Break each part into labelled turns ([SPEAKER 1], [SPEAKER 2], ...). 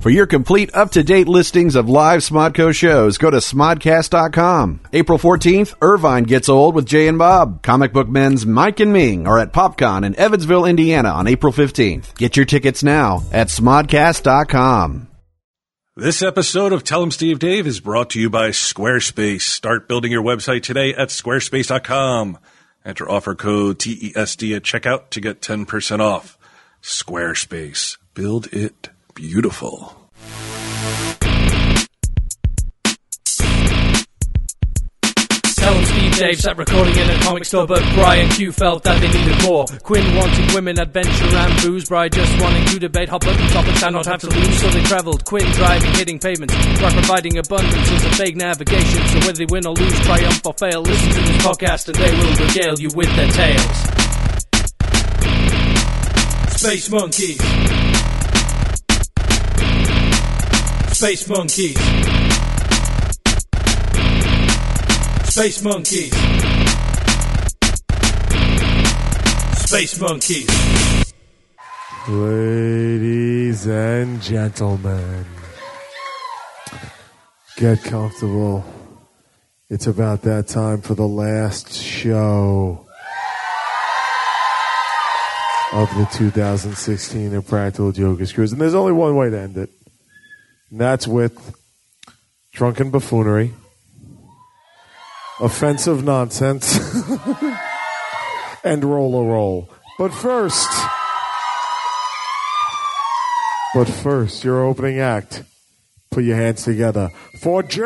[SPEAKER 1] For your complete up-to-date listings of live Smodco shows, go to smodcast.com. April 14th, Irvine Gets Old with Jay and Bob. Comic Book Men's Mike and Ming are at PopCon in Evansville, Indiana on April 15th. Get your tickets now at smodcast.com.
[SPEAKER 2] This episode of Tell 'em Steve Dave is brought to you by Squarespace. Start building your website today at squarespace.com. Enter offer code TESD at checkout to get 10% off. Squarespace. Build it beautiful.
[SPEAKER 3] Tell them Steve Dave sat recording in a comic store, but Brian Q felt that they needed more. Quinn wanted women, adventure, and booze. Brian just wanted to debate, hot button topics, and not have to lose. So they travelled, Quinn driving, hitting pavements, by providing abundance as a vague navigation. So whether they win or lose, triumph or fail, listen to this podcast and they will regale you with their tales. Space monkeys. Space monkeys. Space monkeys. Space monkeys.
[SPEAKER 4] Ladies and gentlemen, get comfortable. It's about that time for the last show of the 2016 Impractical Jokers Cruise. And there's only one way to end it, and that's with drunken buffoonery, offensive nonsense, and roll a roll. But first. But first, your opening act. Put your hands together for Jiggy!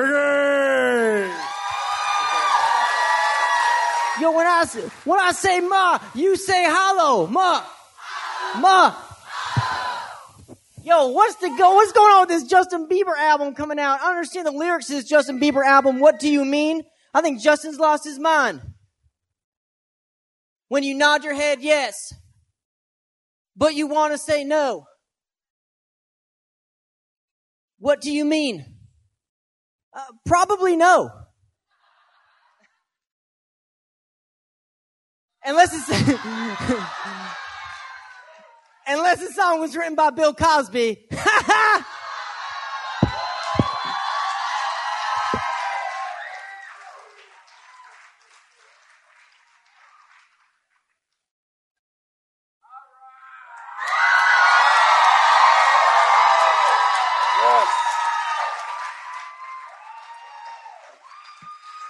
[SPEAKER 5] Yo, when I s- when I say ma, you say hollow, ma, ma. Yo, what's the go? What's going on with this Justin Bieber album coming out? I understand the lyrics to this Justin Bieber album. What do you mean? I think Justin's lost his mind. When you nod your head yes, but you want to say no. What do you mean? Uh, probably no. unless it's unless the song was written by Bill Cosby.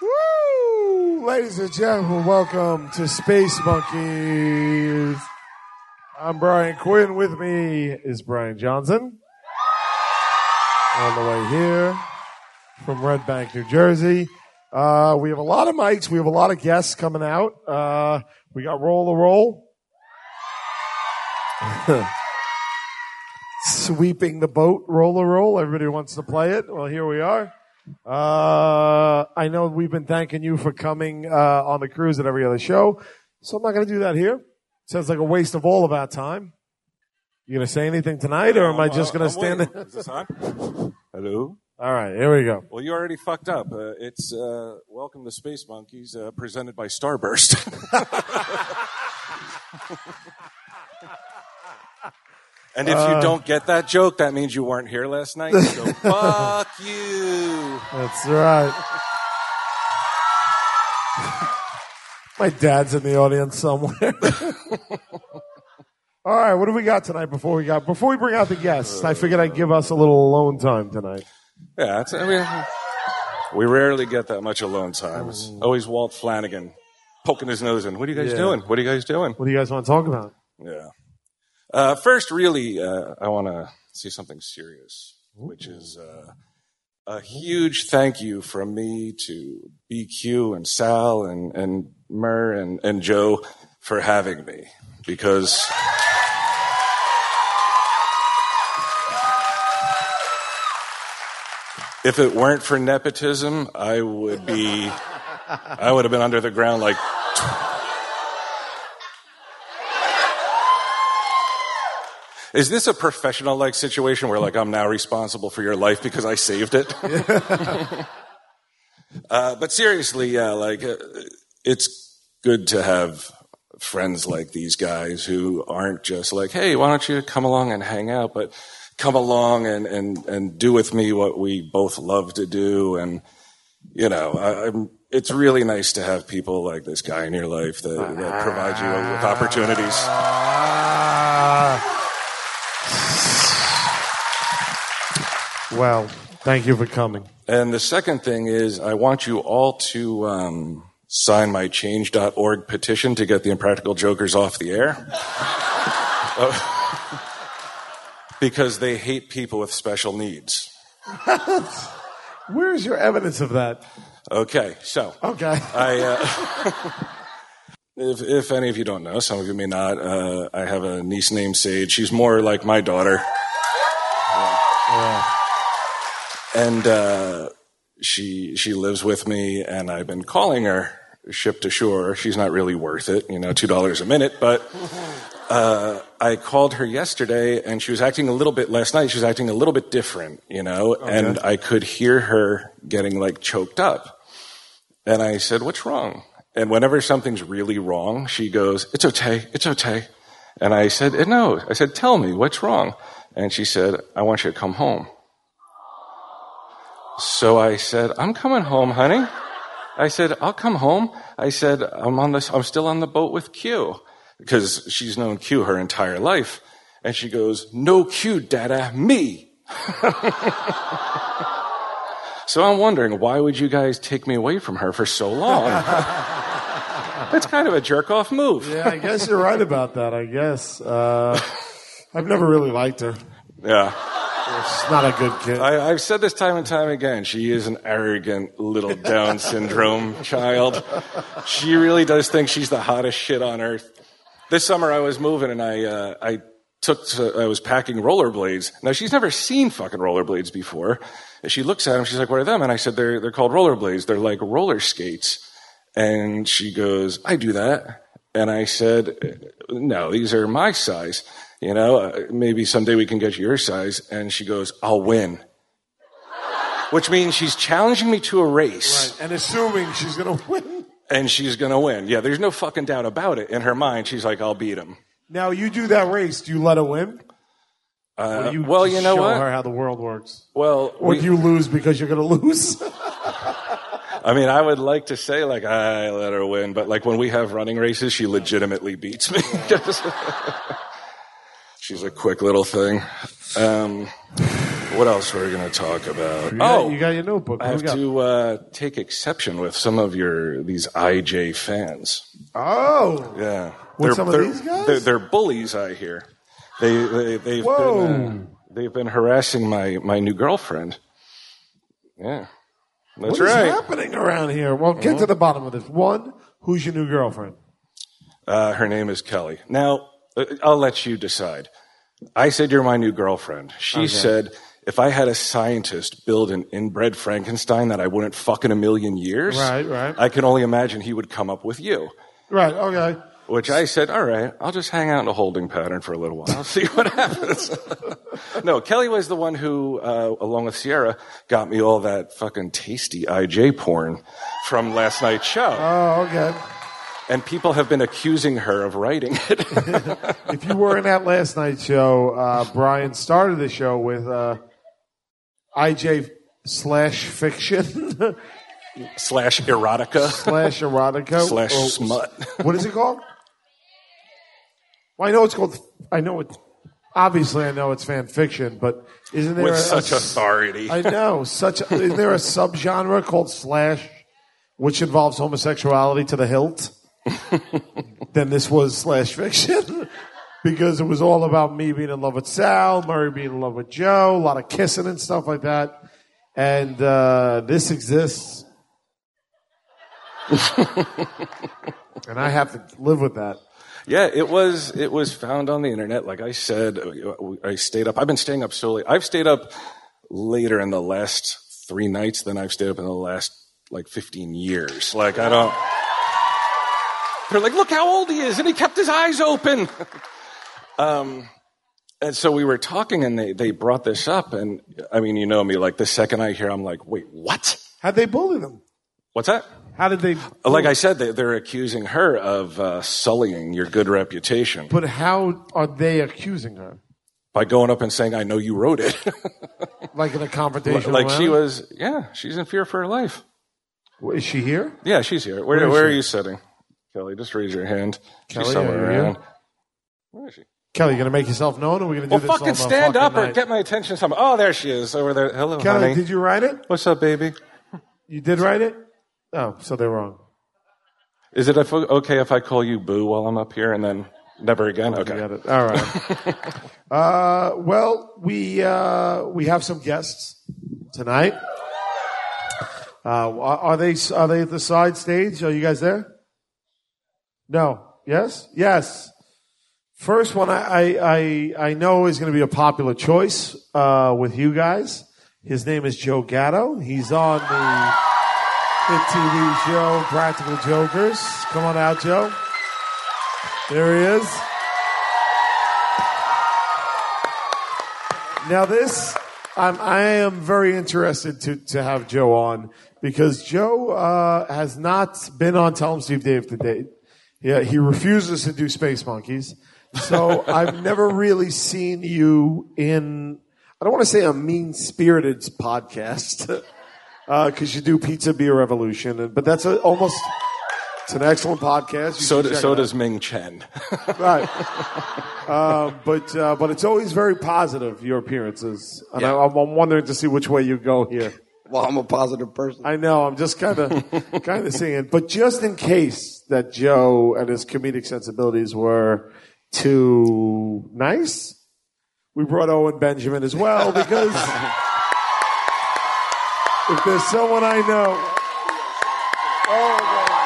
[SPEAKER 4] Woo! Ladies and gentlemen, welcome to Space Monkeys. I'm Brian Quinn. With me is Brian Johnson. On the way here from Red Bank, New Jersey. Uh, we have a lot of mics. We have a lot of guests coming out. Uh, we got Roll the Roll. Sweeping the boat, Roll the Roll. Everybody wants to play it. Well, here we are. Uh, I know we've been thanking you for coming uh, on the cruise at every other show, so I'm not going to do that here. Sounds like a waste of all of our time. You going to say anything tonight, or am I just
[SPEAKER 6] Uh,
[SPEAKER 4] going to stand there?
[SPEAKER 6] Hello.
[SPEAKER 4] All right, here we go.
[SPEAKER 6] Well, you already fucked up. Uh, it's uh, Welcome to Space Monkeys, uh, presented by Starburst. and if
[SPEAKER 4] Uh.
[SPEAKER 6] you don't get that joke, that means you weren't here last night. So fuck you.
[SPEAKER 4] That's right. My dad's in the audience somewhere. all right, what do we got tonight? Before we got before we bring out the guests, I figured I'd give us a little alone time tonight.
[SPEAKER 6] Yeah, it's, I mean, we rarely get that much alone time. It's always Walt Flanagan poking his nose in. What are you guys
[SPEAKER 4] Mm. Yeah.
[SPEAKER 6] doing? What are you guys doing?
[SPEAKER 4] What do you guys want to talk about?
[SPEAKER 6] Yeah. Uh, first, really, uh, I want to say something serious, which is uh, a huge thank you from me to BQ and Sal and, and Murr and, and Joe for having me because. If it weren't for nepotism, I would be, I would have been under the ground like Is this a professional like situation where like I'm now responsible for your life because I saved it? uh, but seriously, yeah, like uh, it's good to have friends like these guys who aren't just like, hey, why don't you come along and hang out? But come along and, and, and do with me what we both love to do. And, you know, I, I'm, it's really nice to have people like this guy in your life that, that provide you with opportunities.
[SPEAKER 4] Ah. Well, thank you for coming.
[SPEAKER 6] And the second thing is, I want you all to um, sign my change.org petition to get the Impractical Jokers off the air. Uh, because they hate people with special needs.
[SPEAKER 4] Where's your evidence of that?
[SPEAKER 6] Okay, so.
[SPEAKER 4] Okay.
[SPEAKER 6] I, uh, if, if any of you don't know, some of you may not, uh, I have a niece named Sage. She's more like my daughter. And uh, she she lives with me, and I've been calling her ship to shore. She's not really worth it, you know, two dollars a minute. But uh, I called her yesterday, and she was acting a little bit last night. She was acting a little bit different, you know, and I could hear her getting like choked up. And I said, "What's wrong?" And whenever something's really wrong, she goes, "It's okay, it's okay." And I said, "No," I said, "Tell me what's wrong." And she said, "I want you to come home." So I said, I'm coming home, honey. I said, I'll come home. I said, I'm on this, I'm still on the boat with Q because she's known Q her entire life. And she goes, no Q, dada, me. so I'm wondering, why would you guys take me away from her for so long? That's kind of a jerk off move.
[SPEAKER 4] Yeah, I guess you're right about that. I guess uh, I've never really liked her.
[SPEAKER 6] Yeah.
[SPEAKER 4] She's not a good kid.
[SPEAKER 6] I, I've said this time and time again. She is an arrogant little Down syndrome child. She really does think she's the hottest shit on earth. This summer I was moving and I, uh, I took, to, I was packing rollerblades. Now she's never seen fucking rollerblades before. And she looks at them. She's like, what are them? And I said, they're, they're called rollerblades. They're like roller skates. And she goes, I do that. And I said, no, these are my size. You know, uh, maybe someday we can get you your size. And she goes, I'll win. Which means she's challenging me to a race
[SPEAKER 4] and assuming she's gonna win.
[SPEAKER 6] and she's going to win. Yeah, there's no fucking doubt about it. In her mind, she's like, I'll beat him.
[SPEAKER 4] Now you do that race. Do you let her win?
[SPEAKER 6] Uh,
[SPEAKER 4] Or do you
[SPEAKER 6] well,
[SPEAKER 4] just
[SPEAKER 6] you know
[SPEAKER 4] show
[SPEAKER 6] what?
[SPEAKER 4] her how the world works.
[SPEAKER 6] Well,
[SPEAKER 4] Or
[SPEAKER 6] we-
[SPEAKER 4] do you lose because you're gonna lose?
[SPEAKER 6] I mean, I would like to say like I let her win, but like when we have running races, she legitimately beats me. She's a quick little thing. Um, what else were we going to talk about? oh,
[SPEAKER 4] you got your notebook.
[SPEAKER 6] I
[SPEAKER 4] What
[SPEAKER 6] have
[SPEAKER 4] we got?
[SPEAKER 6] to uh, take exception with some of your these IJ fans.
[SPEAKER 4] Oh,
[SPEAKER 6] Yeah,
[SPEAKER 4] some of
[SPEAKER 6] they're,
[SPEAKER 4] these guys?
[SPEAKER 6] They're, they're bullies, I hear. They, they they've
[SPEAKER 4] Whoa.
[SPEAKER 6] been uh, they've been harassing my my new girlfriend. Yeah, that's
[SPEAKER 4] what's
[SPEAKER 6] right.
[SPEAKER 4] happening around here? Well, get to the bottom of this. One, who's your new girlfriend?
[SPEAKER 6] Uh, her name is Kelly. Now uh, I'll let you decide. I said you're my new girlfriend. She said if I had a scientist build an inbred Frankenstein that I wouldn't fuck in a million years,
[SPEAKER 4] Right, right.
[SPEAKER 6] I can only imagine he would come up with you.
[SPEAKER 4] Right. Okay.
[SPEAKER 6] Which I said, all right, I'll just hang out in a holding pattern for a little while, see what happens. no, Kelly was the one who, uh, along with Sierra, got me all that fucking tasty IJ porn from last night's show.
[SPEAKER 4] Oh, okay.
[SPEAKER 6] And people have been accusing her of writing it.
[SPEAKER 4] If you were in that last night's show, uh, Brian started the show with uh, IJ slash fiction
[SPEAKER 6] slash erotica.
[SPEAKER 4] slash erotica Oh,
[SPEAKER 6] Slash
[SPEAKER 4] Or-
[SPEAKER 6] smut.
[SPEAKER 4] What is it called? Well, I know it's called. I know it. Obviously, I know it's fan fiction, but isn't there
[SPEAKER 6] With
[SPEAKER 4] a-
[SPEAKER 6] such authority.
[SPEAKER 4] I know such. Isn't there a subgenre called slash, which involves homosexuality to the hilt? then this was slash fiction because it was all about me being in love with Sal, Murray being in love with Joe, a lot of kissing and stuff like that. And uh, this exists, and I have to live with that.
[SPEAKER 6] Yeah, it was it was found on the internet. Like I said, I stayed up. I've been staying up so late. I've stayed up later in the last three nights than I've stayed up in the last like 15 years. Like I don't. They're like, look how old he is, and he kept his eyes open. um, and so we were talking, and they they brought this up, and I mean, you know me. Like the second I hear, I'm like, wait, what?
[SPEAKER 4] How'd they bully them?
[SPEAKER 6] What's that?
[SPEAKER 4] How did they?
[SPEAKER 6] Like I said, they, they're accusing her of uh, sullying your good reputation.
[SPEAKER 4] But how are they accusing her?
[SPEAKER 6] by going up and saying, I know you wrote it.
[SPEAKER 4] Like in a confrontation.
[SPEAKER 6] like she
[SPEAKER 4] round?
[SPEAKER 6] was, yeah, she's in fear for her life.
[SPEAKER 4] Is she here?
[SPEAKER 6] Yeah, she's here. Where, where,
[SPEAKER 4] is
[SPEAKER 6] are
[SPEAKER 4] she?
[SPEAKER 6] you sitting? Kelly, just raise your hand.
[SPEAKER 4] Kelly,
[SPEAKER 6] she's somewhere
[SPEAKER 4] are you here?
[SPEAKER 6] around. Where is she?
[SPEAKER 4] Kelly, you gonna make yourself known, or we gonna do
[SPEAKER 6] Well,
[SPEAKER 4] this
[SPEAKER 6] fucking
[SPEAKER 4] all
[SPEAKER 6] stand
[SPEAKER 4] fucking
[SPEAKER 6] up or
[SPEAKER 4] night?
[SPEAKER 6] get my attention somehow. Oh, there she is over there. Hello,
[SPEAKER 4] Kelly,
[SPEAKER 6] honey.
[SPEAKER 4] did you write it?
[SPEAKER 6] What's up, baby?
[SPEAKER 4] You did write it? Oh, so they're wrong.
[SPEAKER 6] Is it if- okay if I call you Boo while I'm up here and then never again? Okay.
[SPEAKER 4] Got it. All right. uh, well, we uh, we have some guests tonight. Uh, are are they are they at the side stage? Are you guys there? No. Yes. Yes. First one I I I, I know is going to be a popular choice uh, with you guys. His name is Joe Gatto. He's on the hit TV show Practical Jokers. Come on out, Joe. There he is. Now this, I'm, I am very interested to, to have Joe on because Joe uh, has not been on Tell Him Steve Dave to date. Yeah, he refuses to do Space Monkeys. So I've never really seen you in, I don't want to say a mean spirited podcast because you do Pizza Beer Revolution, and, but that's a, almost, it's an excellent podcast. You
[SPEAKER 6] So,
[SPEAKER 4] should
[SPEAKER 6] do,
[SPEAKER 4] check
[SPEAKER 6] so
[SPEAKER 4] it out.
[SPEAKER 6] does Ming Chen.
[SPEAKER 4] Right. uh, but uh, but it's always very positive your appearances, and I, I'm, I'm wondering to see which way you go here.
[SPEAKER 7] Well, I'm a positive person.
[SPEAKER 4] I know I'm just kind of kind of seeing, it. but just in case that Joe and his comedic sensibilities were too nice, we brought Owen Benjamin as well because if there's someone I know. Oh, God.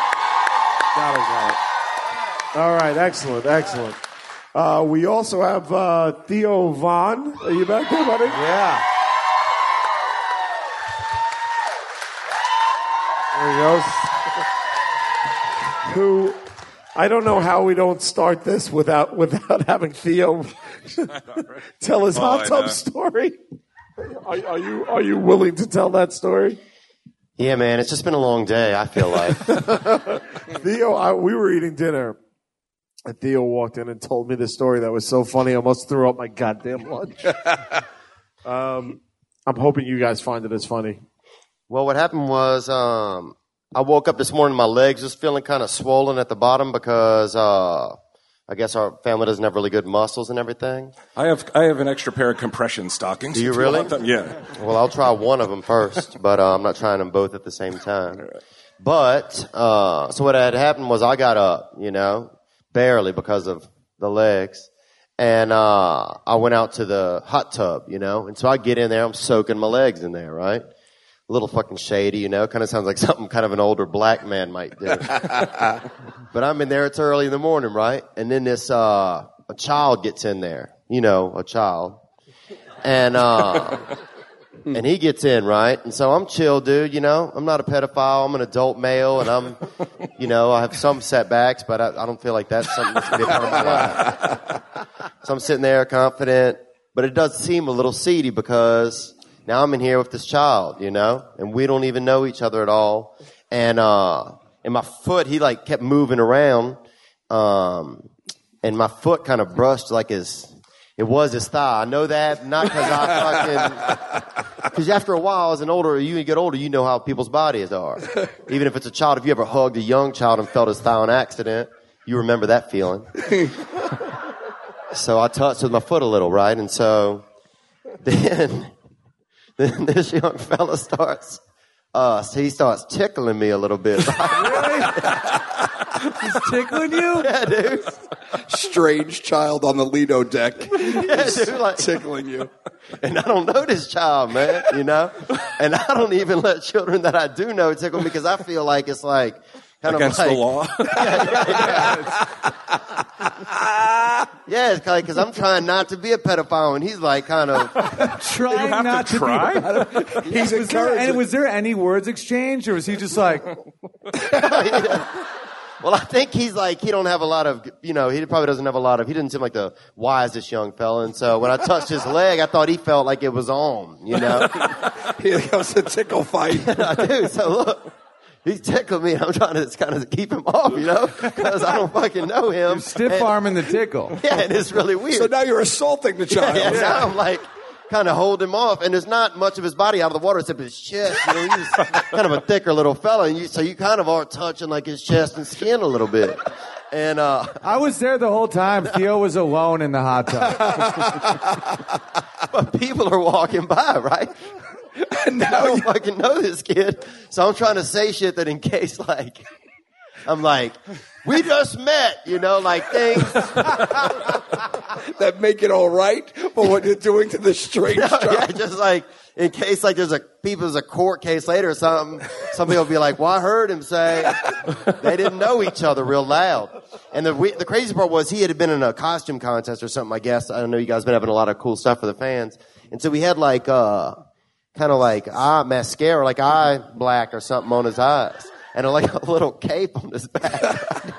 [SPEAKER 4] Got it, got it. All right, excellent, excellent. Uh, we also have uh, Theo Vaughn. Are you back there, buddy? Yeah. There he goes. Who I don't know how we don't start this without without having Theo tell his hot
[SPEAKER 6] Oh, I know.
[SPEAKER 4] tub story. Are, are you are you willing to tell that story?
[SPEAKER 8] Yeah, man, it's just been a long day. I feel like
[SPEAKER 4] Theo, I, we were eating dinner. And Theo walked in and told me this story that was so funny, I almost threw up my goddamn lunch. um, I'm hoping you guys find it as funny.
[SPEAKER 8] Well, what happened was um, I woke up this morning. My legs was feeling kind of swollen at the bottom because uh, I guess our family doesn't have really good muscles and everything.
[SPEAKER 6] I have I have an extra pair of compression stockings.
[SPEAKER 8] Do you
[SPEAKER 6] if
[SPEAKER 8] really?
[SPEAKER 6] want them. Yeah.
[SPEAKER 8] Well, I'll try one of them first, but uh, I'm not trying them both at the same time. But uh, so what had happened was I got up, you know, barely because of the legs, and uh, I went out to the hot tub, you know, and so I get in there, I'm soaking my legs in there, right? A little fucking shady, you know, kind of sounds like something kind of an older black man might do. But I'm in there. It's early in the morning, right? And then this uh, a child gets in there. You know, a child, and uh, and he gets in, right? And so I'm chill, dude. You know, I'm not a pedophile. I'm an adult male, and I'm, you know, I have some setbacks, but I, I don't feel like that's something that's gonna be a part of my life. So I'm sitting there confident, but it does seem a little seedy because now I'm in here with this child, you know, and we don't even know each other at all. And, uh, and my foot, he like kept moving around. Um, and my foot kind of brushed like his, it was his thigh. I know that not because I fucking, because after a while, as an older, you get older, you know how people's bodies are. Even if it's a child, if you ever hugged a young child and felt his thigh on accident, you remember that feeling so I touched with my foot a little, right? And so then, then this young fella starts, uh, he starts tickling me a little bit.
[SPEAKER 7] tickling you? Yeah, dude. Strange child on the Lido deck
[SPEAKER 8] Yeah, dude, like-
[SPEAKER 7] tickling you.
[SPEAKER 8] and I don't know this child, man, you know? And I don't even let children that I do know tickle me because I feel like it's like, kind
[SPEAKER 6] Against
[SPEAKER 8] of like,
[SPEAKER 6] the law.
[SPEAKER 8] yeah, it's like, cause I'm trying not to be a pedophile and he's like kind of,
[SPEAKER 9] trying not to,
[SPEAKER 6] try?
[SPEAKER 9] be about it. He's was there, and was there any words exchanged, or was he just like,
[SPEAKER 8] well, I think he's like, he don't have a lot of, you know, he probably doesn't have a lot of, he didn't seem like the wisest young fella. And so when I touched his leg, I thought he felt like it was on, you know?
[SPEAKER 7] Here goes the tickle fight.
[SPEAKER 8] I do. So look, he's tickling me. and I'm trying to just kind of keep him off, you know, because I don't fucking know him.
[SPEAKER 9] Stiff
[SPEAKER 8] And-
[SPEAKER 9] arming the tickle.
[SPEAKER 8] Yeah, and it's really weird.
[SPEAKER 7] So now you're assaulting the child.
[SPEAKER 8] Yeah, now I'm like kind of holding him off, and there's not much of his body out of the water except his chest. You know, he's kind of a thicker little fella, and you, so you kind of are touching like his chest and skin a little bit. And uh,
[SPEAKER 9] I was there the whole time. Theo was alone in the hot tub.
[SPEAKER 8] but people are walking by, right? And I don't fucking know this kid, so I'm trying to say shit that in case like. I'm like, we just met, you know, like things.
[SPEAKER 7] that make it all right for what you're doing to the strange
[SPEAKER 8] yeah,
[SPEAKER 7] child.
[SPEAKER 8] just like in case like there's a people's a court case later or something, somebody will be like, "Well, I heard him say they didn't know each other real loud." And the we, the crazy part was he had been in a costume contest or something. I guess I don't know. You guys been having a lot of cool stuff for the fans, and so we had like uh, kind of like eye mascara, like eye black or something on his eyes, and like a little cape on his back.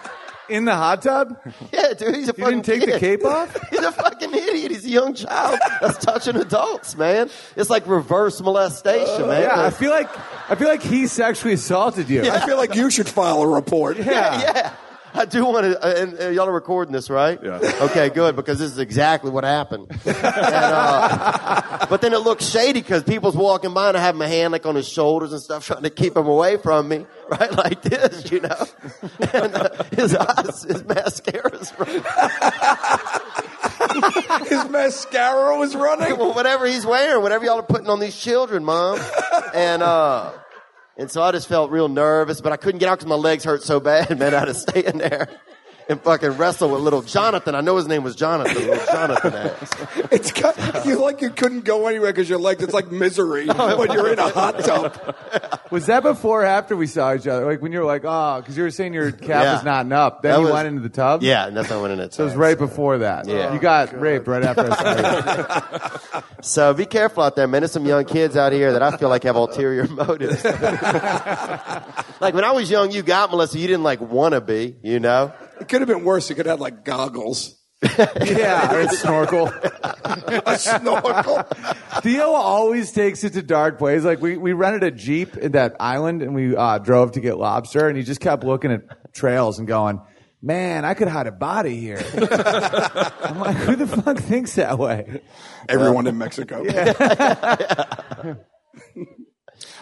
[SPEAKER 9] In the hot tub?
[SPEAKER 8] Yeah, dude, he's a
[SPEAKER 9] You
[SPEAKER 8] fucking.
[SPEAKER 9] didn't take the
[SPEAKER 8] kid.
[SPEAKER 9] cape off?
[SPEAKER 8] He's a fucking idiot. He's a young child that's touching adults, man. It's like reverse molestation, man.
[SPEAKER 9] Uh, Yeah, I feel like I feel like he sexually assaulted you.
[SPEAKER 7] I feel like you should file a report.
[SPEAKER 9] Yeah.
[SPEAKER 8] yeah. I do want to, uh, and uh, y'all are recording this, right?
[SPEAKER 2] Yeah.
[SPEAKER 8] Okay, good, because this is exactly what happened. And, uh, but then it looked shady because people's walking by and I have my hand like on his shoulders and stuff, trying to keep him away from me, right? Like this, you know. And uh, his eyes, his mascara's running.
[SPEAKER 7] His mascara was running.
[SPEAKER 8] well, whatever he's wearing, whatever y'all are putting on these children, mom. And uh, and so I just felt real nervous, but I couldn't get out because my legs hurt so bad, man. I had to stay in there and fucking wrestle with little Jonathan. I know his name was Jonathan. Little Jonathan ass.
[SPEAKER 7] It's kind you like you couldn't go anywhere because your legs. It's like misery when you're in a hot tub.
[SPEAKER 9] Was that before or after we saw each other? Like when you were like, oh, because you were saying your cap
[SPEAKER 8] Yeah.
[SPEAKER 9] was not up. Then
[SPEAKER 8] That
[SPEAKER 9] you
[SPEAKER 8] was-
[SPEAKER 9] went into the tub?
[SPEAKER 8] Yeah, and that's how I went in it.
[SPEAKER 9] So it was right before that.
[SPEAKER 8] Yeah.
[SPEAKER 9] You got raped right after I saw you.
[SPEAKER 8] So be careful out there, man. There's some young kids out here that I feel like have ulterior motives. like when I was young, you got molested. You didn't like want to be, you know.
[SPEAKER 7] It could have been worse. You could have had like goggles,
[SPEAKER 9] Yeah, or snorkel.
[SPEAKER 7] a snorkel.
[SPEAKER 9] Theo always takes it to dark places. Like we, we rented a jeep in that island and we uh, drove to get lobster, and he just kept looking at trails and going, "Man, I could hide a body here." I'm like, "Who the fuck thinks that way?" Uh,
[SPEAKER 7] Everyone in Mexico.
[SPEAKER 6] I,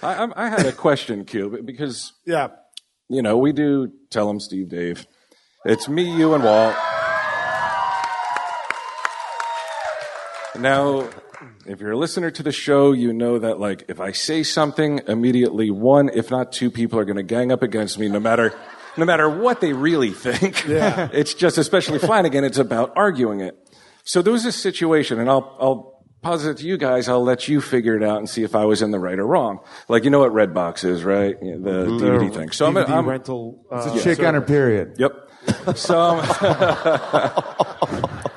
[SPEAKER 6] I'm- I had a question, Cube, because
[SPEAKER 4] Yeah.
[SPEAKER 6] you know we do tell them Steve, Dave. It's me, you, and Walt. Now, if you're a listener to the show, you know that like if I say something, immediately one, if not two people are going to gang up against me, no matter no matter what they really think. Yeah. it's just especially Flanagan. It's about arguing it. So there was a situation, and I'll I'll posit to you guys. I'll let you figure it out and see if I was in the right or wrong. Like you know what Redbox is, right? Yeah, The DVD thing. So I'm,
[SPEAKER 4] DVD
[SPEAKER 6] I'm
[SPEAKER 4] rental. Uh,
[SPEAKER 9] Chick on her period.
[SPEAKER 6] Yep. So. I'm-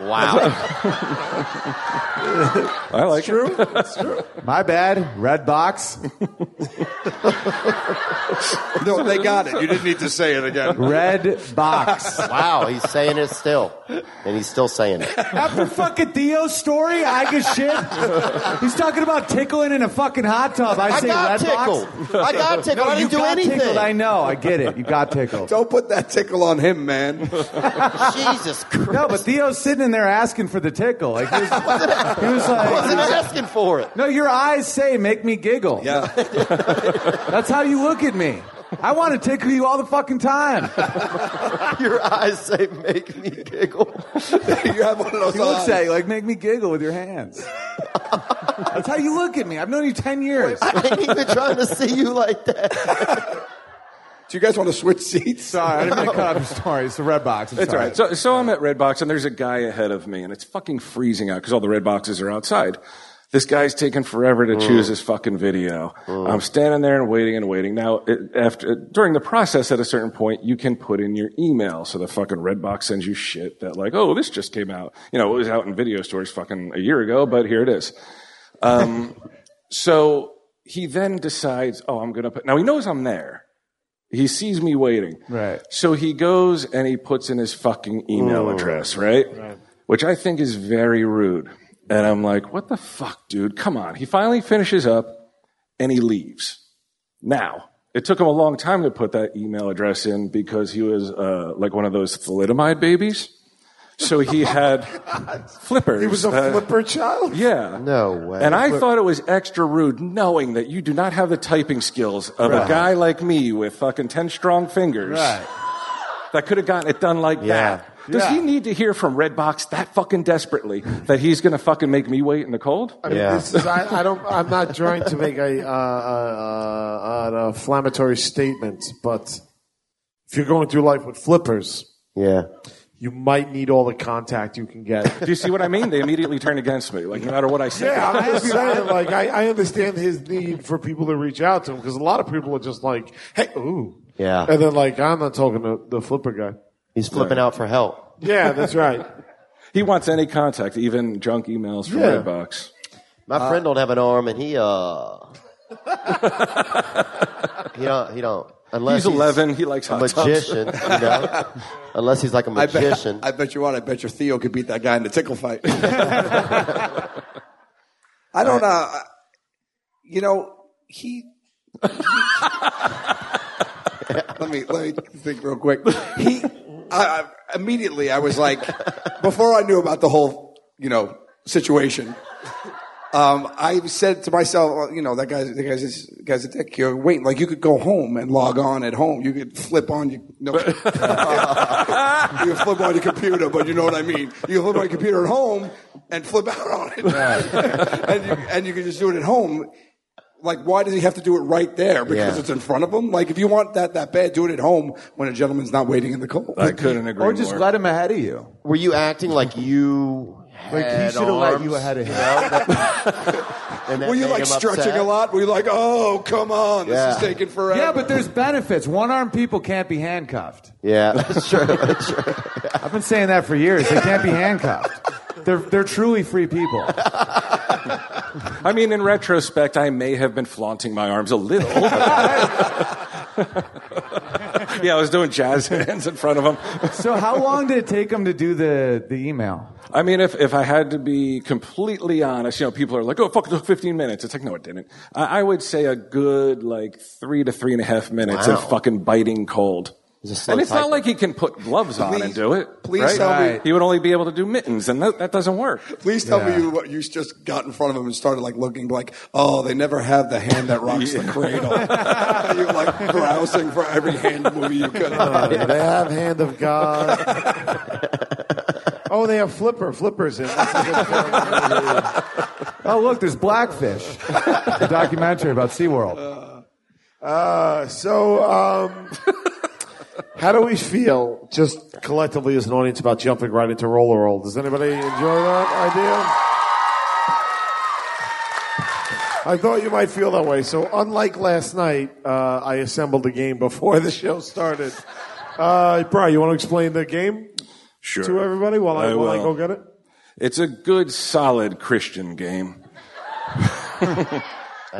[SPEAKER 8] Wow.
[SPEAKER 6] I like true.
[SPEAKER 9] My bad. Red box.
[SPEAKER 7] No, they got it. You didn't need to say it again.
[SPEAKER 9] Red box.
[SPEAKER 8] Wow, he's saying it still, and he's still saying it.
[SPEAKER 9] After fucking Theo's story, I get shit. He's talking about tickling in a fucking hot tub. I
[SPEAKER 8] I
[SPEAKER 9] say
[SPEAKER 8] got
[SPEAKER 9] red
[SPEAKER 8] tickled.
[SPEAKER 9] box.
[SPEAKER 8] I got tickled. I
[SPEAKER 9] you
[SPEAKER 8] didn't do
[SPEAKER 9] got
[SPEAKER 8] anything.
[SPEAKER 9] tickled. I know. I get it. You got tickled.
[SPEAKER 7] Don't put that tickle on him, man.
[SPEAKER 8] Jesus Christ.
[SPEAKER 9] No, but Theo's sitting in there asking for the tickle. Like he was, he was
[SPEAKER 8] I wasn't
[SPEAKER 9] like,
[SPEAKER 8] asking for it.
[SPEAKER 9] "No, your eyes say make me giggle.
[SPEAKER 7] Yeah.
[SPEAKER 9] That's how you look at me. I want to tickle you all the fucking time."
[SPEAKER 8] Your eyes say make me giggle.
[SPEAKER 7] you have one of those.
[SPEAKER 9] He looks
[SPEAKER 7] eyes.
[SPEAKER 9] at you like, "Make me giggle with your hands." That's how you look at me. I've known you ten years.
[SPEAKER 8] I ain't even trying to see you like that.
[SPEAKER 7] Do you guys want to switch seats?
[SPEAKER 9] Sorry, I didn't mean to cut off your story. It's the red box. I'm
[SPEAKER 6] It's all
[SPEAKER 9] sorry.
[SPEAKER 6] right. So, so I'm at Redbox, and there's a guy ahead of me, and it's fucking freezing out because all the red boxes are outside. This guy's taking forever to choose his fucking video. I'm standing there and waiting and waiting. Now, it, after during the process, at a certain point, you can put in your email, so the fucking Redbox sends you shit that like, oh, this just came out. You know, it was out in video stores fucking a year ago, but here it is. Um, so he then decides, oh, I'm gonna put. Now he knows I'm there. He sees me waiting.
[SPEAKER 9] Right.
[SPEAKER 6] So he goes and he puts in his fucking email address, right? Which I think is very rude. And I'm like, what the fuck, dude? Come on. He finally finishes up and he leaves. Now, it took him a long time to put that email address in because he was uh, like one of those thalidomide babies. So he had flippers.
[SPEAKER 4] He was a
[SPEAKER 6] that-
[SPEAKER 4] flipper child?
[SPEAKER 6] Yeah.
[SPEAKER 8] No way.
[SPEAKER 6] And I thought it was extra rude knowing that you do not have the typing skills of a guy like me with fucking 10 strong fingers that could have gotten it done like
[SPEAKER 8] Yeah.
[SPEAKER 6] that. Does he need to hear from Redbox that fucking desperately that he's going to fucking make me wait in the cold?
[SPEAKER 4] I mean,
[SPEAKER 8] Yeah.
[SPEAKER 4] this is, I, I don't. I'm not trying to make a, uh, uh, uh, an inflammatory statement, but if you're going through life with flippers,
[SPEAKER 8] Yeah.
[SPEAKER 4] you might need all the contact you can get.
[SPEAKER 6] Do you see what I mean? They immediately turn against me, like no matter what I say.
[SPEAKER 4] Yeah, I'm just saying. Like, I, I understand his need for people to reach out to him because a lot of people are just like, "Hey, ooh,"
[SPEAKER 8] Yeah.
[SPEAKER 4] and then like, "I'm not talking to the flipper guy."
[SPEAKER 8] He's flipping out for help.
[SPEAKER 4] Yeah, that's right.
[SPEAKER 6] He wants any contact, even junk emails from
[SPEAKER 4] Yeah.
[SPEAKER 6] Redbox.
[SPEAKER 8] My
[SPEAKER 9] Uh,
[SPEAKER 8] friend don't have an arm, and he uh, he don't. He don't. Unless
[SPEAKER 6] He's 11. He likes
[SPEAKER 8] a
[SPEAKER 6] hot tubs.
[SPEAKER 8] magician, you know. Unless he's like a
[SPEAKER 7] I bet,
[SPEAKER 8] magician.
[SPEAKER 7] I bet you what. I bet your Theo could beat that guy in a tickle fight. I don't Uh, you know, he. let me let me think real quick. He I, I, immediately I was like, before I knew about the whole you know situation. Um, I said to myself, well, you know, that guy's that guy's is- that guy's a dick. You're waiting, like you could go home and log on at home. You could flip on your no, you can flip on your computer, but you know what I mean. You can flip on your computer at home and flip out on it, and you, and you can just do it at home. Like, why does he have to do it right there? Because
[SPEAKER 8] Yeah.
[SPEAKER 7] it's in front of him. Like, if you want that that bad, do it at home when a gentleman's not waiting in the cold.
[SPEAKER 6] I couldn't agree
[SPEAKER 9] Or just
[SPEAKER 6] more.
[SPEAKER 9] let him ahead of you.
[SPEAKER 8] Were you acting like you?
[SPEAKER 9] Like he
[SPEAKER 8] had
[SPEAKER 9] should have let
[SPEAKER 8] arms?
[SPEAKER 9] you ahead of him.
[SPEAKER 8] And that
[SPEAKER 7] Were you
[SPEAKER 8] made
[SPEAKER 7] like
[SPEAKER 8] him
[SPEAKER 7] stretching
[SPEAKER 8] upset?
[SPEAKER 7] a lot? Were you like, oh, come on,
[SPEAKER 8] Yeah.
[SPEAKER 7] this is taking forever?
[SPEAKER 9] Yeah, but there's benefits. One armed people can't be handcuffed.
[SPEAKER 8] Yeah, that's true. That's true.
[SPEAKER 9] I've been saying that for years. They can't be handcuffed. They're they're truly free people.
[SPEAKER 6] I mean, in retrospect, I may have been flaunting my arms a little. yeah, I was doing jazz hands in front of him.
[SPEAKER 9] So how long did it take him to do the the email?
[SPEAKER 6] I mean, if, if I had to be completely honest, you know, people are like, oh, fuck, it took 15 minutes. It's like, no, it didn't. I, I would say a good, like, three to three and a half minutes
[SPEAKER 8] Wow.
[SPEAKER 6] of fucking biting cold.
[SPEAKER 8] He's a slow
[SPEAKER 6] And it's
[SPEAKER 8] typer.
[SPEAKER 6] not like he can put gloves on
[SPEAKER 7] Please-
[SPEAKER 6] and do it.
[SPEAKER 7] please
[SPEAKER 6] right?
[SPEAKER 7] tell
[SPEAKER 9] me-
[SPEAKER 6] He would only be able to do mittens, and that, that doesn't work.
[SPEAKER 7] Please tell
[SPEAKER 9] Yeah.
[SPEAKER 7] me you, you just got in front of him and started like looking like, oh, they never have the hand that rocks the cradle. You're like browsing for every hand movie you could.
[SPEAKER 4] Uh, they have hand of God. oh, they have flipper flippers in. That's a good film.
[SPEAKER 9] Oh look, there's Blackfish, a documentary about SeaWorld.
[SPEAKER 4] Uh, so, um, how do we feel just collectively as an audience about jumping right into roller roll? Does anybody enjoy that idea? I thought you might feel that way. So, unlike last night, uh, I assembled the game before the show started. Uh, Brian, you want to explain the game
[SPEAKER 6] Sure.
[SPEAKER 4] to everybody while I,
[SPEAKER 6] I
[SPEAKER 4] while I
[SPEAKER 6] will.
[SPEAKER 4] go get it?
[SPEAKER 6] It's a good, solid Christian game.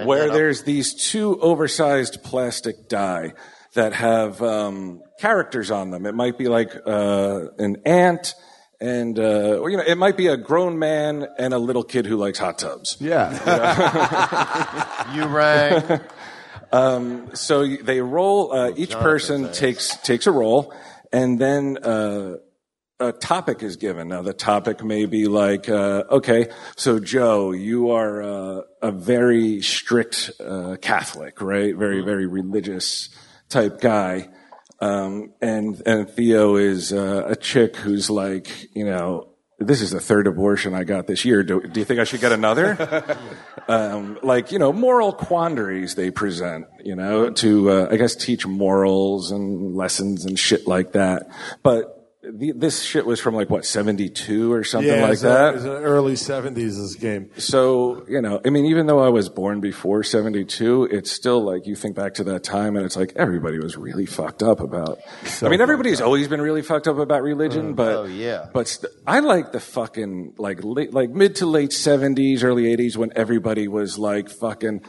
[SPEAKER 6] Where there's these two oversized plastic die that have um, characters on them. It might be like uh, an ant, and uh, or, you know, it might be a grown man and a little kid who likes hot tubs.
[SPEAKER 9] Yeah,
[SPEAKER 8] You rang.
[SPEAKER 6] Um, So you- they roll. Uh, each person takes takes a roll, and then uh, a topic is given. Now the topic may be like, uh, okay, so Joe, you are uh, a very strict uh, Catholic, right? Very very religious type guy, um, and and Theo is uh, a chick who's like, you know. This is the third abortion I got this year. Do, do you think I should get another? um, like you know moral quandaries they present you know to uh, i guess teach morals and lessons and shit like that but the, this shit was from like what 72 or something like
[SPEAKER 4] it's a-
[SPEAKER 6] that
[SPEAKER 4] it's an early 70s, this game.
[SPEAKER 6] so you know i mean even though i was born before 72 it's still like you think back to that time and it's like everybody was really fucked up about i mean everybody's always been really fucked up about religion but
[SPEAKER 8] oh, yeah.
[SPEAKER 6] but st- i like the fucking like late like mid to late 70s early 80s when everybody was like fucking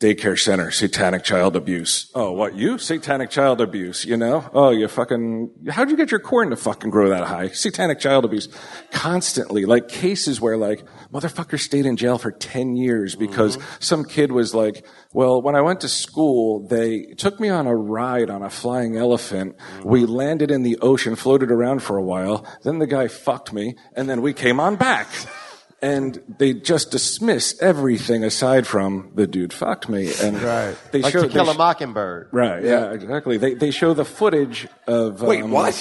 [SPEAKER 6] daycare center, satanic child abuse. Oh, what you? Satanic child abuse, you know? Oh, you fucking, how'd you get your corn to fucking grow that high? Satanic child abuse. Constantly, like cases where like motherfuckers stayed in jail for 10 years because
[SPEAKER 8] Mm-hmm.
[SPEAKER 6] some kid was like, well, when I went to school, they took me on a ride on a flying elephant.
[SPEAKER 8] Mm-hmm.
[SPEAKER 6] We landed in the ocean, floated around for a while. Then the guy fucked me and then we came on back. and they just dismiss everything aside from the dude fucked me and
[SPEAKER 9] Right.
[SPEAKER 6] they
[SPEAKER 8] Like
[SPEAKER 6] show
[SPEAKER 8] to kill
[SPEAKER 6] they
[SPEAKER 8] a
[SPEAKER 6] sh-
[SPEAKER 8] mockingbird.
[SPEAKER 6] right yeah. exactly they they show the footage of
[SPEAKER 7] Wait,
[SPEAKER 6] um,
[SPEAKER 7] what?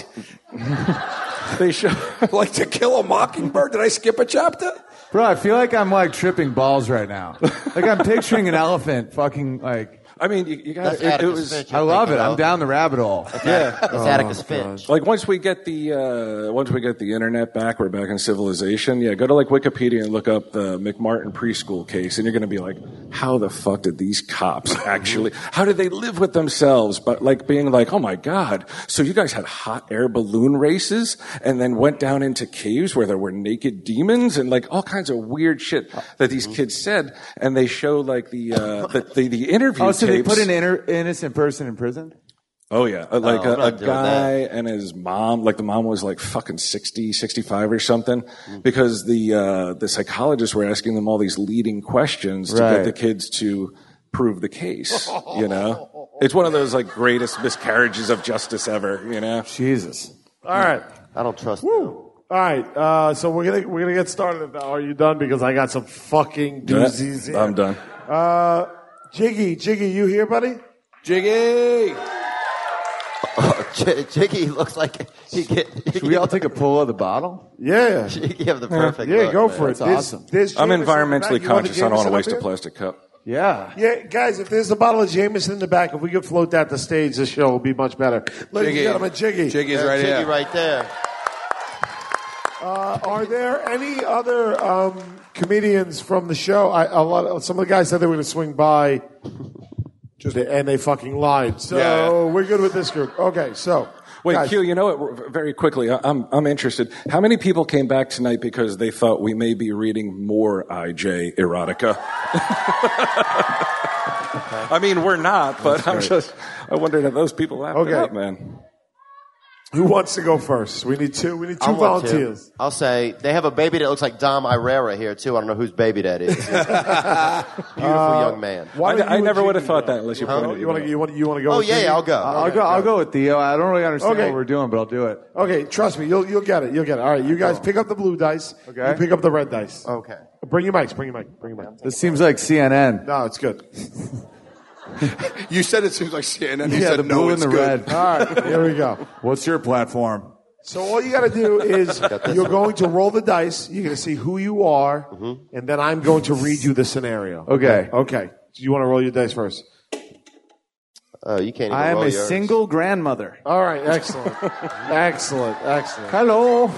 [SPEAKER 6] they show
[SPEAKER 7] like to kill a mockingbird? Did I skip a chapter?
[SPEAKER 9] Bro, I feel like I'm like tripping balls right now. Like I'm picturing an elephant fucking like.
[SPEAKER 6] I mean you, you got
[SPEAKER 8] That's
[SPEAKER 6] it, it
[SPEAKER 8] Atticus
[SPEAKER 6] was
[SPEAKER 8] Finch.
[SPEAKER 9] I love it. I'm down the rabbit hole.
[SPEAKER 8] Yeah.
[SPEAKER 9] Oh,
[SPEAKER 8] It's Atticus Finch.
[SPEAKER 6] like once we get the uh, once we get the internet back we're back in civilization yeah go to like Wikipedia and look up the McMartin preschool case and you're gonna be like how the fuck did these cops
[SPEAKER 9] Mm-hmm.
[SPEAKER 6] actually how did they live with themselves but like being like oh my god so you guys had hot air balloon races and then went down into caves where there were naked demons and like all kinds of weird shit that these kids said and they show like the uh, the, the the interview
[SPEAKER 9] Mm-hmm. Oh, so they
[SPEAKER 6] tapes.
[SPEAKER 9] put an inner, innocent person in prison?
[SPEAKER 6] Oh yeah, Uh, like
[SPEAKER 8] I'm
[SPEAKER 6] a,
[SPEAKER 8] not
[SPEAKER 6] a
[SPEAKER 8] doing that.
[SPEAKER 6] guy and his mom, like the mom was like fucking 60, 65 or something
[SPEAKER 8] Mm.
[SPEAKER 6] because the uh the psychologists were asking them all these leading questions to
[SPEAKER 9] Right.
[SPEAKER 6] get the kids to prove the case, you know. It's one of those like greatest miscarriages of justice ever, you know.
[SPEAKER 9] Jesus.
[SPEAKER 4] All right.
[SPEAKER 8] I don't trust them.
[SPEAKER 4] All right. Uh, so we're gonna we're gonna get started. Now. Are you done? Because I got some fucking doozies. here.
[SPEAKER 6] I'm done.
[SPEAKER 4] Uh, Jiggy, Jiggy, you here, buddy?
[SPEAKER 7] Jiggy!
[SPEAKER 8] J- Jiggy looks like he get.
[SPEAKER 9] Should we all take a pull of the bottle?
[SPEAKER 4] Yeah.
[SPEAKER 8] Jiggy have the perfect.
[SPEAKER 4] Yeah,
[SPEAKER 8] look,
[SPEAKER 4] go
[SPEAKER 8] man.
[SPEAKER 4] for
[SPEAKER 9] That's
[SPEAKER 4] it. There's-
[SPEAKER 9] awesome.
[SPEAKER 4] there's
[SPEAKER 6] I'm
[SPEAKER 4] Jameson in the back.
[SPEAKER 6] environmentally
[SPEAKER 4] You want the
[SPEAKER 6] conscious. I don't
[SPEAKER 4] Jameson
[SPEAKER 6] want to
[SPEAKER 4] up
[SPEAKER 6] waste a
[SPEAKER 4] here?
[SPEAKER 6] plastic cup.
[SPEAKER 9] Yeah.
[SPEAKER 4] Yeah, guys, if there's a bottle of Jameson in the back, if we could float that to stage, the show will be much better. Ladies
[SPEAKER 7] Jiggy.
[SPEAKER 4] and gentlemen, Jiggy.
[SPEAKER 7] Jiggy's
[SPEAKER 8] Yeah,
[SPEAKER 7] right
[SPEAKER 8] Jiggy
[SPEAKER 7] here.
[SPEAKER 8] right there.
[SPEAKER 4] Uh, are there any other um, comedians from the show? I, a lot of, some of the guys said they were going to swing by, just and they fucking lied. So
[SPEAKER 7] Yeah, yeah.
[SPEAKER 4] we're good with this group. Okay, so
[SPEAKER 6] Wait,
[SPEAKER 4] guys,
[SPEAKER 6] Q, you know what? Very quickly, I- I'm, I'm interested. How many people came back tonight because they thought we may be reading more IJ erotica? I mean, we're not, but I'm just, I wondered if those people laughed
[SPEAKER 4] Okay.
[SPEAKER 6] it up, man.
[SPEAKER 4] who wants to go first? We need two. We need two
[SPEAKER 8] I want to.
[SPEAKER 4] volunteers.
[SPEAKER 8] I'll say they have a baby that looks like Dom Irera here too. I don't know whose baby that is. Beautiful
[SPEAKER 9] Uh,
[SPEAKER 8] young man.
[SPEAKER 4] Why
[SPEAKER 6] I,
[SPEAKER 4] don't
[SPEAKER 6] I
[SPEAKER 4] you
[SPEAKER 6] never
[SPEAKER 4] and
[SPEAKER 6] would have
[SPEAKER 4] Jiggy
[SPEAKER 6] thought
[SPEAKER 4] go?
[SPEAKER 6] that unless you
[SPEAKER 4] Oh,
[SPEAKER 6] pointed
[SPEAKER 4] Uh, you
[SPEAKER 6] it
[SPEAKER 4] want to
[SPEAKER 6] out.
[SPEAKER 4] you want you want to go?
[SPEAKER 8] Oh
[SPEAKER 4] with Uh,
[SPEAKER 8] yeah,
[SPEAKER 4] Jiggy?
[SPEAKER 8] yeah, I'll go.
[SPEAKER 9] I'll go. I'll go with Theo. I don't really understand
[SPEAKER 4] Okay.
[SPEAKER 9] what we're doing, but I'll do it.
[SPEAKER 4] Okay, trust me, you'll you'll get it. You'll get it. All right, you guys pick up the blue dice.
[SPEAKER 9] Okay.
[SPEAKER 4] You pick up the red dice.
[SPEAKER 8] Okay.
[SPEAKER 4] Bring your mics. Bring your mic. Bring your mic.
[SPEAKER 9] This seems like CNN.
[SPEAKER 4] No, it's good.
[SPEAKER 7] You said it seems like CNN. You
[SPEAKER 9] yeah,
[SPEAKER 7] said
[SPEAKER 9] the
[SPEAKER 7] no,
[SPEAKER 9] blue and
[SPEAKER 7] it's
[SPEAKER 9] the
[SPEAKER 7] good.
[SPEAKER 9] red.
[SPEAKER 4] All right, here we go.
[SPEAKER 9] What's your platform?
[SPEAKER 4] So all you got to do is you're going to roll the dice. You're going to see who you are,
[SPEAKER 8] Mm-hmm.
[SPEAKER 4] and then I'm going to read you the scenario.
[SPEAKER 9] Okay.
[SPEAKER 4] Okay. Do you want to roll your dice first?
[SPEAKER 8] Oh, you can't. Even
[SPEAKER 9] I am
[SPEAKER 8] roll
[SPEAKER 9] a
[SPEAKER 8] yours.
[SPEAKER 9] single grandmother.
[SPEAKER 4] All right. Excellent. excellent. Excellent.
[SPEAKER 9] Hello.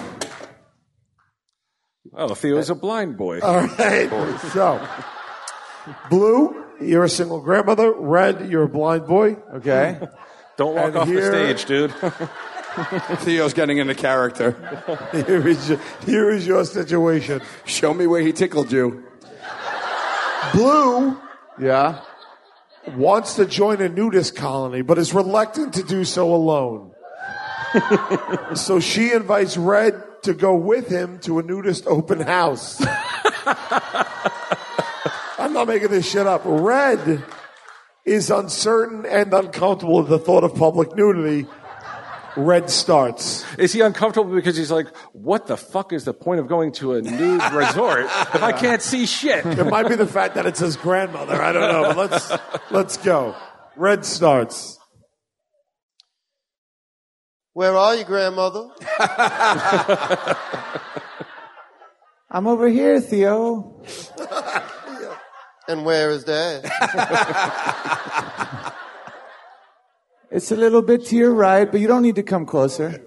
[SPEAKER 6] Oh, Theo's a blind boy.
[SPEAKER 4] All right. So, blue, you're a single grandmother. Red, you're a blind boy.
[SPEAKER 9] Okay.
[SPEAKER 6] Don't walk
[SPEAKER 4] and
[SPEAKER 6] off
[SPEAKER 4] here-
[SPEAKER 6] the stage, dude.
[SPEAKER 7] Theo's getting into character.
[SPEAKER 4] Here is your, here is your situation.
[SPEAKER 7] Show me where he tickled you.
[SPEAKER 4] Blue
[SPEAKER 9] Yeah.
[SPEAKER 4] wants to join a nudist colony, but is reluctant to do so alone. so she invites Red to go with him to a nudist open house. I'm not making this shit up. Red is uncertain and uncomfortable at the thought of public nudity. Red starts.
[SPEAKER 6] is he uncomfortable because he's like, what the fuck is the point of going to a nude resort if I can't see shit?
[SPEAKER 4] It might be the fact that it says grandmother. I don't know, but let's let's go. Red starts.
[SPEAKER 8] Where are you, grandmother?
[SPEAKER 9] I'm over here, Theo.
[SPEAKER 8] And where is dad?
[SPEAKER 9] It's a little bit to your right, but you don't need to come closer.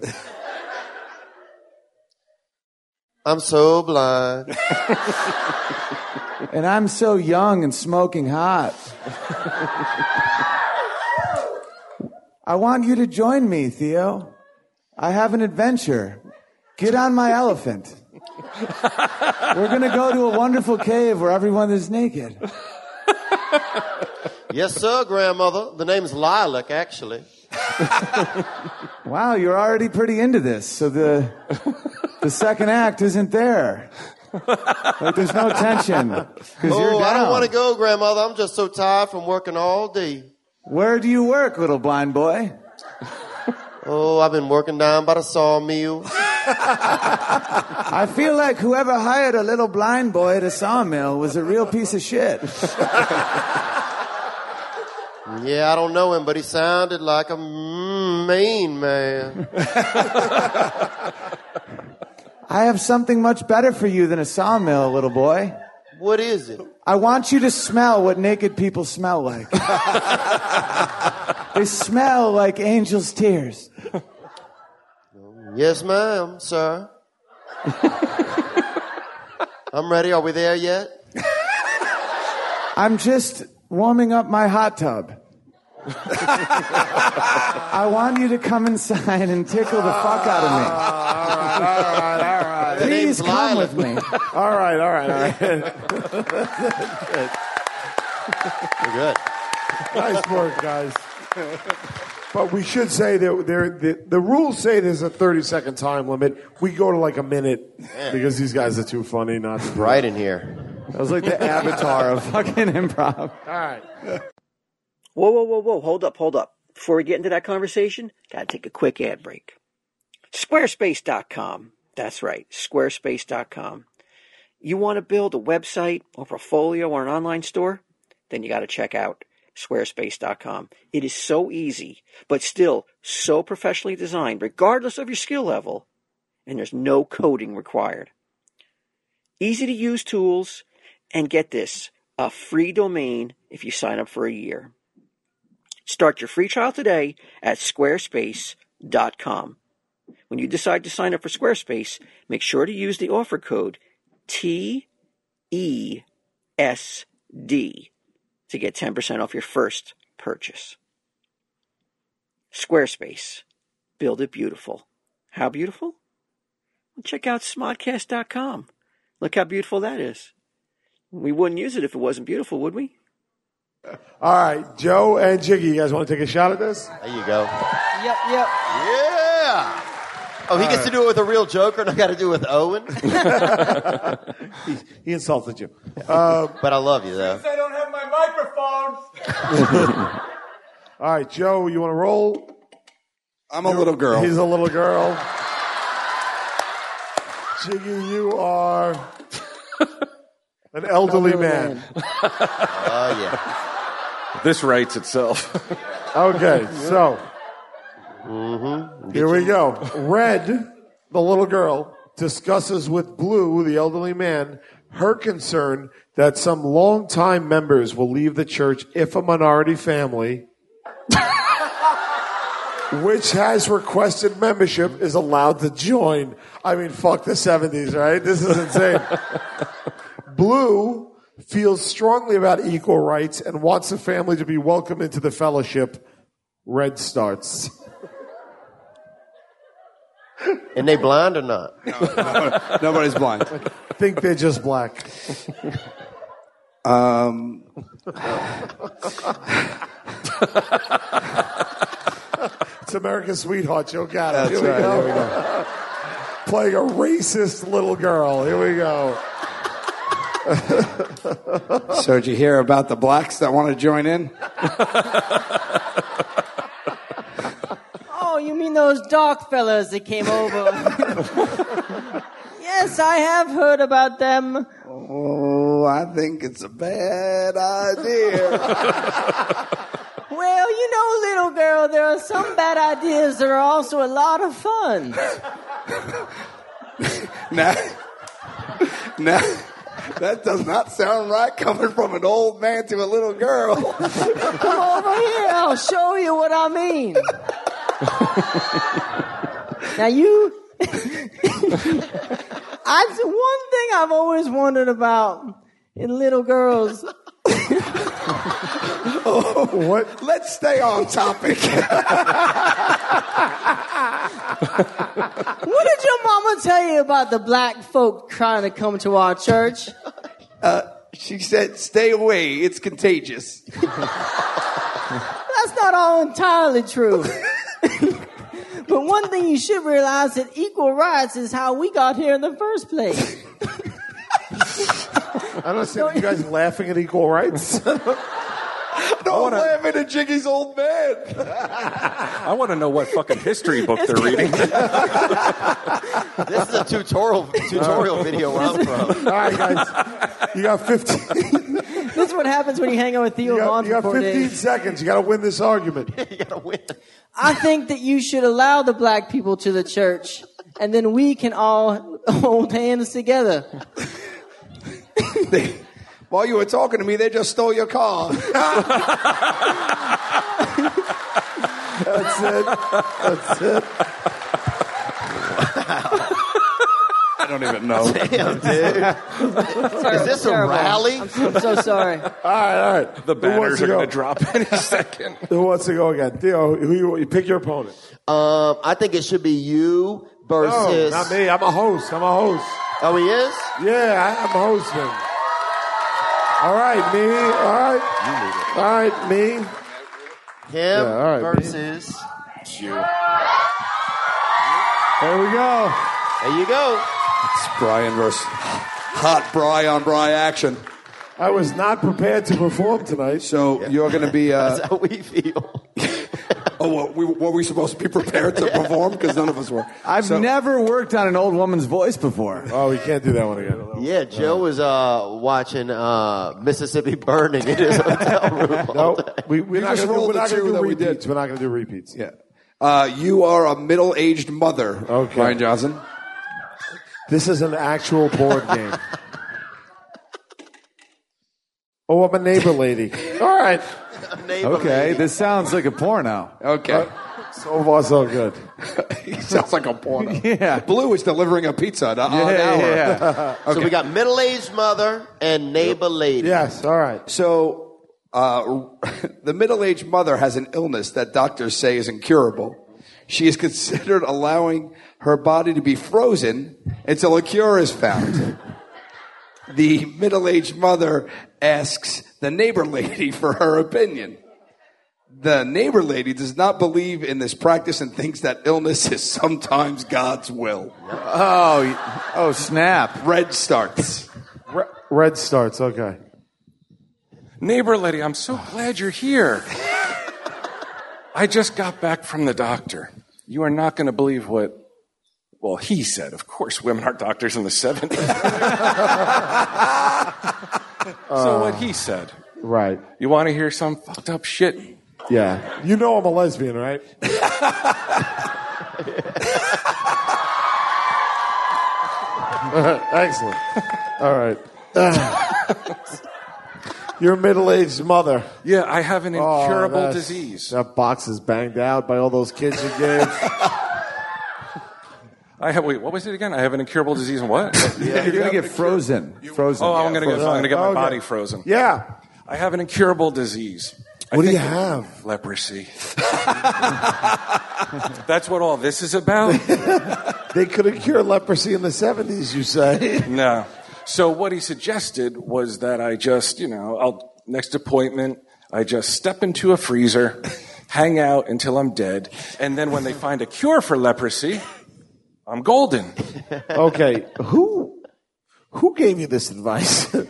[SPEAKER 8] I'm so blind.
[SPEAKER 9] And I'm so young and smoking hot. I want you to join me, Theo. I have an adventure. Get on my elephant. We're going to go to a wonderful cave where everyone is naked.
[SPEAKER 8] yes, sir, grandmother. The name's Lilac, actually.
[SPEAKER 9] Wow, you're already pretty into this. So the the second act isn't there. Like there's no tension. 'cause you're
[SPEAKER 8] Oh, I
[SPEAKER 9] down.
[SPEAKER 8] don't want to go, grandmother. I'm just so tired from working all day.
[SPEAKER 9] Where do you work, little blind boy?
[SPEAKER 8] Oh, I've been working down by the sawmill.
[SPEAKER 9] I feel like whoever hired a little blind boy at a sawmill was a real piece of shit.
[SPEAKER 8] Yeah, I don't know him, but he sounded like a mm, mean man.
[SPEAKER 9] I have something much better for you than a sawmill, little boy.
[SPEAKER 8] What is it?
[SPEAKER 9] I want you to smell what naked people smell like. they smell like angels' tears.
[SPEAKER 8] Yes, ma'am, sir. I'm ready. Are we there yet?
[SPEAKER 9] I'm just warming up my hot tub. I want you to come inside and tickle the fuck out of me. Please
[SPEAKER 8] name's
[SPEAKER 9] come
[SPEAKER 8] Lila.
[SPEAKER 9] with me.
[SPEAKER 4] All right, all right, all right.
[SPEAKER 8] We're good.
[SPEAKER 4] nice work, guys. But we should say that there, the, the rules say there's a 30 second time limit. We go to like a minute because these guys are too funny not to.
[SPEAKER 8] Right in here.
[SPEAKER 9] That was like the avatar of fucking improv.
[SPEAKER 4] All right.
[SPEAKER 10] Whoa, whoa, whoa, whoa. Hold up, hold up. Before we get into that conversation, got to take a quick ad break. Squarespace.com. That's right, squarespace.com. You want to build a website, a portfolio, or an online store? Then you got to check out squarespace.com. It is so easy, but still so professionally designed, regardless of your skill level, and there's no coding required. Easy to use tools, and get this a free domain if you sign up for a year. Start your free trial today at squarespace.com. When you decide to sign up for Squarespace, make sure to use the offer code TESD to get 10% off your first purchase. Squarespace. Build it beautiful. How beautiful? Well, check out smodcast.com. Look how beautiful that is. We wouldn't use it if it wasn't beautiful, would we?
[SPEAKER 4] All right, Joe and Jiggy, you guys want to take a shot at this?
[SPEAKER 8] There you go.
[SPEAKER 5] Yep, yep.
[SPEAKER 8] Yeah. Oh, he gets to do it with a real joker, and I got to do it with Owen.
[SPEAKER 4] He insulted you.
[SPEAKER 8] but I love you though.
[SPEAKER 7] I don't have my microphone.
[SPEAKER 4] All right, Joe, you want to roll?
[SPEAKER 7] I'm a little girl.
[SPEAKER 4] He's a little girl. Jiggy, you are an elderly man.
[SPEAKER 8] Oh yeah.
[SPEAKER 6] This writes itself.
[SPEAKER 4] Okay, so here we go. Red, the little girl, discusses with Blue, the elderly man, her concern that some longtime members will leave the church if a minority family, which has requested membership, is allowed to join. I mean, fuck the 70s, right? This is insane. Blue feels strongly about equal rights and wants the family to be welcome into the fellowship. Red starts.
[SPEAKER 8] And they blind or not?
[SPEAKER 7] Nobody's blind.
[SPEAKER 4] Think they're just black.
[SPEAKER 7] Um,
[SPEAKER 4] It's America's sweetheart. Joe got it. Here, we go. Playing a racist little girl. Here we go.
[SPEAKER 7] so did you hear about the blacks that want to join in?
[SPEAKER 5] Oh, you mean those dark fellas that came over? yes, I have heard about them.
[SPEAKER 7] Oh, I think it's a bad idea.
[SPEAKER 5] Well, you know, little girl, there are some bad ideas that are also a lot of fun.
[SPEAKER 7] now, now, that does not sound right coming from an old man to a little girl.
[SPEAKER 5] Come over here, I'll show you what I mean. now, you. I, one thing I've always wondered about in little girls
[SPEAKER 7] Oh,
[SPEAKER 4] What?
[SPEAKER 7] Let's stay on topic.
[SPEAKER 5] What did your mama tell you about the black folk trying to come to our church?
[SPEAKER 7] Uh, She said, "Stay away. It's contagious."
[SPEAKER 5] That's not all entirely true. but one thing you should realize that equal rights is how we got here in the first place.
[SPEAKER 4] I don't see you guys laughing at equal rights.
[SPEAKER 7] Don't laugh at a Jiggy's old man.
[SPEAKER 6] I want to know what fucking history book they're reading.
[SPEAKER 8] This is a tutorial tutorial video where I'm from.
[SPEAKER 4] All right, guys, you got 15.
[SPEAKER 5] this is what happens when you hang out with Theo
[SPEAKER 4] You got,
[SPEAKER 5] Vaughn
[SPEAKER 4] you
[SPEAKER 5] for
[SPEAKER 4] got
[SPEAKER 5] four
[SPEAKER 4] 15
[SPEAKER 5] days.
[SPEAKER 4] seconds. You got to win this argument.
[SPEAKER 8] You gotta win.
[SPEAKER 5] I think that you should allow the black people to the church, and then we can all hold hands together.
[SPEAKER 7] While you were talking to me, they just stole your car.
[SPEAKER 4] That's it. That's it.
[SPEAKER 7] I don't even know.
[SPEAKER 8] Damn, dude.
[SPEAKER 5] Is
[SPEAKER 8] this a rally?
[SPEAKER 5] I'm so, I'm so sorry.
[SPEAKER 4] All right, all right.
[SPEAKER 6] The
[SPEAKER 4] Who wants
[SPEAKER 6] banners
[SPEAKER 4] to
[SPEAKER 6] are
[SPEAKER 4] go?
[SPEAKER 6] going to drop any second.
[SPEAKER 4] Who wants to go again? Theo, who you, you pick your opponent.
[SPEAKER 8] Um, I think it should be you
[SPEAKER 4] No,
[SPEAKER 8] versus.
[SPEAKER 4] not me. I'm a host. I'm a host.
[SPEAKER 8] Oh, he is.
[SPEAKER 4] Yeah, I am hosting. All right, me. All right. All right, me.
[SPEAKER 8] Him
[SPEAKER 4] all right, me.
[SPEAKER 8] versus.
[SPEAKER 4] There we go.
[SPEAKER 8] There you go.
[SPEAKER 7] It's Brian versus hot Bry on Bry action.
[SPEAKER 4] I was not prepared to perform tonight.
[SPEAKER 7] So you're going to be. Uh,
[SPEAKER 8] That's how we feel.
[SPEAKER 7] oh, well, we, were we supposed to be prepared to perform? Because none of us were.
[SPEAKER 9] I've
[SPEAKER 7] So-
[SPEAKER 9] never worked on an old woman's voice before.
[SPEAKER 4] Oh, we can't do that one again.
[SPEAKER 8] Yeah, Joe was uh, watching uh, Mississippi Burning in his hotel room. all
[SPEAKER 4] No,
[SPEAKER 8] day.
[SPEAKER 4] we, we're
[SPEAKER 7] You
[SPEAKER 4] not
[SPEAKER 7] just
[SPEAKER 4] going to do,
[SPEAKER 7] rolled
[SPEAKER 4] we're
[SPEAKER 7] the
[SPEAKER 4] not gonna
[SPEAKER 7] two
[SPEAKER 4] do
[SPEAKER 7] that we
[SPEAKER 4] repeats.
[SPEAKER 7] did.
[SPEAKER 4] We are not going to do repeats.
[SPEAKER 7] Yeah. Uh, you are a middle-aged mother,
[SPEAKER 4] Okay.
[SPEAKER 7] Brian Johnson.
[SPEAKER 4] This is an actual board game. Oh, I'm a neighbor lady. All right.
[SPEAKER 8] Neighbor
[SPEAKER 9] Okay,
[SPEAKER 8] lady.
[SPEAKER 9] this sounds like a porno.
[SPEAKER 7] Okay.
[SPEAKER 4] So far, so good.
[SPEAKER 7] he sounds like a porno.
[SPEAKER 9] Yeah.
[SPEAKER 7] Blue is delivering a pizza at an odd hour.
[SPEAKER 8] So we got middle-aged mother and neighbor lady.
[SPEAKER 4] Yes, all right.
[SPEAKER 7] So uh, the middle-aged mother has an illness that doctors say is incurable. She is considered allowing her body to be frozen until a cure is found. the middle-aged mother asks the neighbor lady for her opinion. The neighbor lady does not believe in this practice and thinks that illness is sometimes God's will.
[SPEAKER 9] Oh, y- oh snap!
[SPEAKER 7] Red starts.
[SPEAKER 4] Re- Red starts. Okay.
[SPEAKER 6] Neighbor lady, I'm so glad you're here. I just got back from the doctor. You are not going to believe what, well, he said. Of course, women aren't doctors in the 70s. so, what he said.
[SPEAKER 4] Right.
[SPEAKER 6] You want to hear some fucked up shit?
[SPEAKER 4] Yeah. You know I'm a lesbian, right? Excellent. All right. Your middle aged mother. Oh,
[SPEAKER 6] Yeah, I have an incurable
[SPEAKER 4] that's-
[SPEAKER 6] disease.
[SPEAKER 4] That box is banged out by all those kids you gave.
[SPEAKER 6] I have, wait, what was it again? I have an incurable disease and what?
[SPEAKER 9] You're gonna get frozen. Frozen.
[SPEAKER 6] Oh, I'm going to get, I'm going to get my
[SPEAKER 4] Okay.
[SPEAKER 6] body frozen.
[SPEAKER 4] yeah.
[SPEAKER 6] I have an incurable disease.
[SPEAKER 4] What do
[SPEAKER 6] think
[SPEAKER 4] you have?
[SPEAKER 6] Leprosy. That's what all this is about?
[SPEAKER 4] They couldn't cure leprosy in the 70s, you say?
[SPEAKER 6] No. So what he suggested was that I just, you know, I'll next appointment, I just step into a freezer, hang out until I'm dead, and then when they find a cure for leprosy, I'm golden.
[SPEAKER 4] Okay, who who gave you this advice?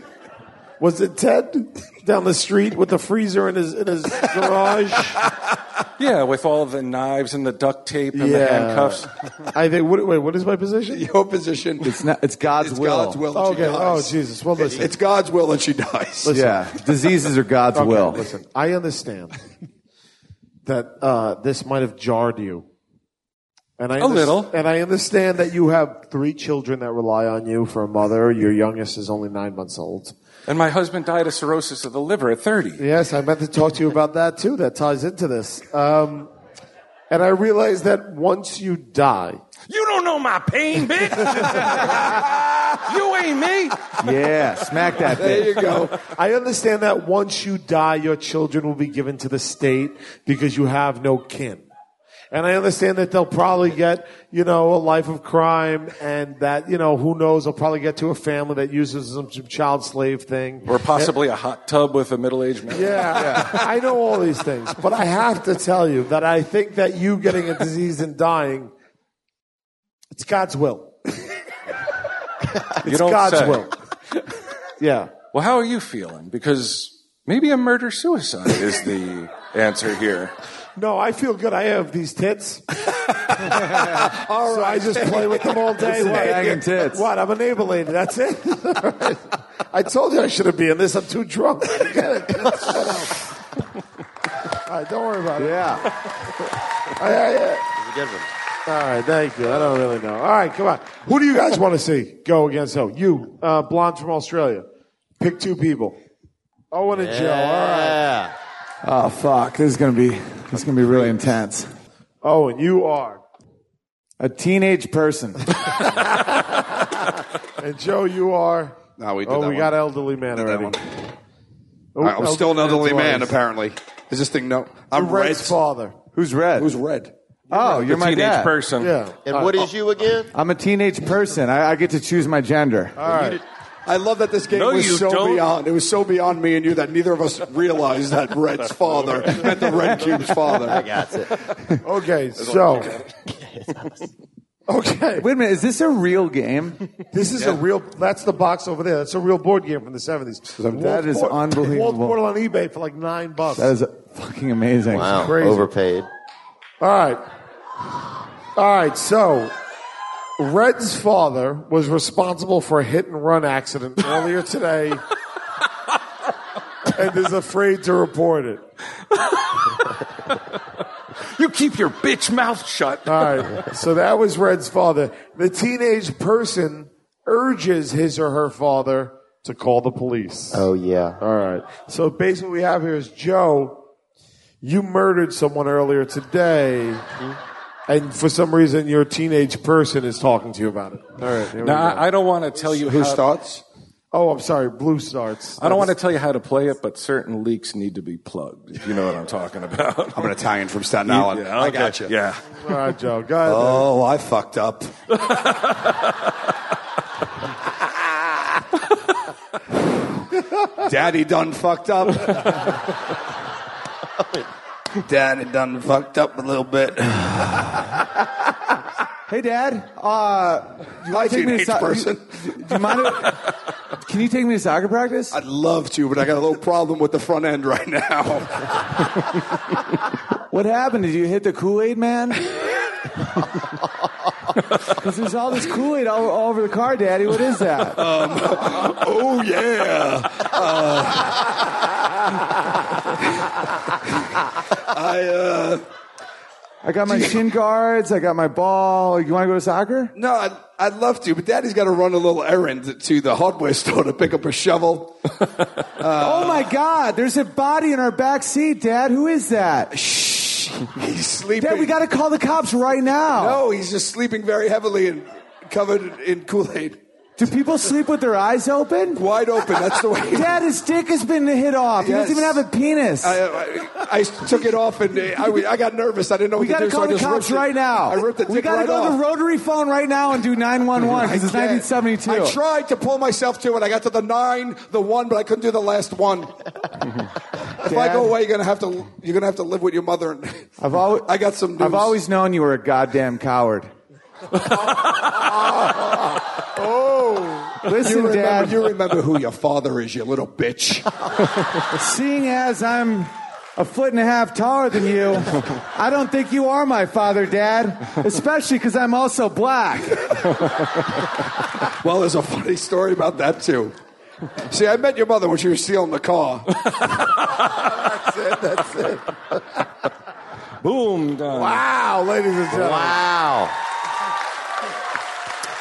[SPEAKER 4] Was it Ted down the street with the freezer in his in his garage?
[SPEAKER 6] Yeah, with all the knives and the duct tape and the handcuffs.
[SPEAKER 4] I think. What, wait, what is my position?
[SPEAKER 7] Your position.
[SPEAKER 9] It's not. It's God's
[SPEAKER 7] It's
[SPEAKER 9] will.
[SPEAKER 7] God's will. that she
[SPEAKER 4] Okay. Oh
[SPEAKER 7] dies.
[SPEAKER 4] Jesus. Well, listen.
[SPEAKER 7] It's God's will and she dies.
[SPEAKER 9] Yeah, diseases are God's
[SPEAKER 4] Okay,
[SPEAKER 9] will.
[SPEAKER 4] Listen, I understand that uh, this might have jarred you, and I
[SPEAKER 6] A little.
[SPEAKER 4] and I understand that you have three children that rely on you for a mother. Your youngest is only nine months old.
[SPEAKER 6] And my husband died of cirrhosis of the liver at 30.
[SPEAKER 4] Yes, I meant to talk to you about that too. That ties into this. Um, and I realize that once you die,
[SPEAKER 6] You don't know my pain, bitch. you ain't me.
[SPEAKER 9] Yeah, smack that
[SPEAKER 4] there
[SPEAKER 9] bitch.
[SPEAKER 4] you go. I understand that once you die, your children will be given to the state because you have no kin. And I understand that they'll probably get, you know, a life of crime and that, you know, who knows, they'll probably get to a family that uses some child slave thing.
[SPEAKER 6] Or possibly a hot tub with a middle-aged man.
[SPEAKER 4] Yeah, I know all these things, but I have to tell you that I think that you getting a disease and dying, it's God's will.
[SPEAKER 6] You
[SPEAKER 4] It's
[SPEAKER 6] don't
[SPEAKER 4] God's
[SPEAKER 6] say.
[SPEAKER 4] will. Yeah.
[SPEAKER 6] Well, how are you feeling? Because maybe a murder suicide is the answer here.
[SPEAKER 4] No, I feel good. I have these tits. so I just play with them all day.
[SPEAKER 9] Listen to
[SPEAKER 4] What?
[SPEAKER 9] hanging tits.
[SPEAKER 4] What? I'm a neighbor lady. That's it. I told you I shouldn't be in this. I'm too drunk. Get it. All right, don't worry about it.
[SPEAKER 9] Yeah.
[SPEAKER 4] I- I- I-
[SPEAKER 8] It's a good one.
[SPEAKER 4] All right, thank you. I don't really know. All right, come on. Who do you guys want to see go against who? You, uh, blonde from Australia. Pick two people. Owen and Joe. All right.
[SPEAKER 8] Yeah.
[SPEAKER 9] Oh fuck, this is gonna be this is gonna be really intense.
[SPEAKER 4] Owen, Oh, you are.
[SPEAKER 9] A teenage person.
[SPEAKER 4] And Joe, you are.
[SPEAKER 7] No, we did
[SPEAKER 4] Oh,
[SPEAKER 7] that
[SPEAKER 4] we
[SPEAKER 7] one.
[SPEAKER 4] got elderly man
[SPEAKER 7] That
[SPEAKER 4] already.
[SPEAKER 7] one.
[SPEAKER 4] Oh,
[SPEAKER 7] I- I'm still an elderly
[SPEAKER 4] twice.
[SPEAKER 7] man, apparently. Is this thing no? I'm red.
[SPEAKER 4] Red's father.
[SPEAKER 9] Who's red?
[SPEAKER 7] Who's red?
[SPEAKER 9] oh, you're
[SPEAKER 6] the
[SPEAKER 9] my
[SPEAKER 6] teenage
[SPEAKER 9] dad. Uh,
[SPEAKER 6] person.
[SPEAKER 4] Yeah.
[SPEAKER 8] And what is you again?
[SPEAKER 9] I'm a teenage person. I, I get to choose my gender.
[SPEAKER 7] I love that this game
[SPEAKER 6] No, you
[SPEAKER 7] was so
[SPEAKER 6] don't.
[SPEAKER 7] beyond. It was so beyond me and you that neither of us realized that Red's father meant the Red Cube's father. I got it.
[SPEAKER 4] Okay, so. okay.
[SPEAKER 9] Wait a minute, is this a real game?
[SPEAKER 4] This is a real. That's the box over there. That's a real board game from the seventies.
[SPEAKER 9] That is unbelievable.
[SPEAKER 4] Walt Portal on eBay for like nine bucks.
[SPEAKER 9] That is fucking amazing.
[SPEAKER 8] Wow.
[SPEAKER 4] crazy.
[SPEAKER 8] Overpaid.
[SPEAKER 4] All right. All right. So, Red's father was responsible for a hit and run accident earlier today and is afraid to report it.
[SPEAKER 6] You keep your bitch mouth shut.
[SPEAKER 4] All right. So, that was Red's father. The teenage person urges his or her father to call the police.
[SPEAKER 8] Oh yeah.
[SPEAKER 4] All right. So, basically, what we have here is Joe, you murdered someone earlier today.
[SPEAKER 6] Mm-hmm.
[SPEAKER 4] And for some reason, your teenage person is talking to you about it. All right. here we
[SPEAKER 6] Now,
[SPEAKER 4] go.
[SPEAKER 6] I, I don't want to tell you
[SPEAKER 7] Whose
[SPEAKER 6] how,
[SPEAKER 7] thoughts?
[SPEAKER 4] Oh, I'm sorry, Blue Starts.
[SPEAKER 6] I don't want to tell you how to play it, but certain leaks need to be plugged. If you know what I'm talking about.
[SPEAKER 7] I'm an Italian from Staten Island.
[SPEAKER 6] Yeah,
[SPEAKER 7] I
[SPEAKER 6] okay.
[SPEAKER 7] got you.
[SPEAKER 6] Yeah.
[SPEAKER 4] All right, Joe, go ahead.
[SPEAKER 7] Oh, I fucked up. Daddy done fucked up. Daddy done fucked up a little bit.
[SPEAKER 9] Hey, Dad. Uh, you
[SPEAKER 7] Hi,
[SPEAKER 9] want to take me to
[SPEAKER 7] teenage
[SPEAKER 9] so-
[SPEAKER 7] person.
[SPEAKER 9] You, do you mind if- can you take me to soccer practice?
[SPEAKER 7] I'd love to, but I got a little problem with the front end right now.
[SPEAKER 9] What happened? Did you hit the Kool Aid man? Because there's all this Kool Aid all, all over the car, Daddy. What is that?
[SPEAKER 7] Um, oh yeah. Uh, I uh
[SPEAKER 9] I got my shin guards. I got my ball. You want to go to soccer?
[SPEAKER 7] No, I'd, I'd love to, but Daddy's got to run a little errand to the hardware store to pick up a shovel. Uh,
[SPEAKER 9] oh my God! There's a body in our back seat, Dad. Who is that?
[SPEAKER 7] Shh, he's sleeping.
[SPEAKER 9] Dad, we got to call the cops right now.
[SPEAKER 7] No, he's just sleeping very heavily and covered in- in Kool Aid,
[SPEAKER 9] Do people sleep with their eyes open?
[SPEAKER 7] wide open. That's the way.
[SPEAKER 9] Dad, his dick has been hit off. He doesn't even
[SPEAKER 7] Yes.
[SPEAKER 9] have a penis.
[SPEAKER 7] I, I, I took it off and uh, I, was- I got nervous. I didn't know
[SPEAKER 9] we
[SPEAKER 7] what
[SPEAKER 9] got
[SPEAKER 7] to
[SPEAKER 9] to
[SPEAKER 7] do. so
[SPEAKER 9] call
[SPEAKER 7] I
[SPEAKER 9] the
[SPEAKER 7] just
[SPEAKER 9] cops
[SPEAKER 7] ripped it.
[SPEAKER 9] right now.
[SPEAKER 7] I ripped the dick
[SPEAKER 9] we gotta
[SPEAKER 7] right
[SPEAKER 9] go
[SPEAKER 7] off.
[SPEAKER 9] to the rotary phone right now and do 911 because it's
[SPEAKER 7] I can't.
[SPEAKER 9] 1972.
[SPEAKER 7] I tried to pull myself to it. I got to the nine, the one, but I couldn't do the last one. if I
[SPEAKER 9] Dad?
[SPEAKER 7] go away, you're gonna have to you're gonna have to live with your mother. And
[SPEAKER 9] I've always,
[SPEAKER 7] I got some. News.
[SPEAKER 9] I've always known you were a goddamn coward.
[SPEAKER 7] Oh,
[SPEAKER 9] Listen,
[SPEAKER 7] you remember,
[SPEAKER 9] Dad.
[SPEAKER 7] You remember who your father is, you little bitch.
[SPEAKER 9] Seeing as I'm a foot and a half taller than you, I don't think you are my father, Dad. Especially because I'm also black.
[SPEAKER 7] Well, there's a funny story about that too. See, I met your mother when she was stealing the car. that's
[SPEAKER 4] Oh,
[SPEAKER 7] it. That's it.
[SPEAKER 6] Boom. Done.
[SPEAKER 4] Wow, ladies and gentlemen,
[SPEAKER 8] Wow.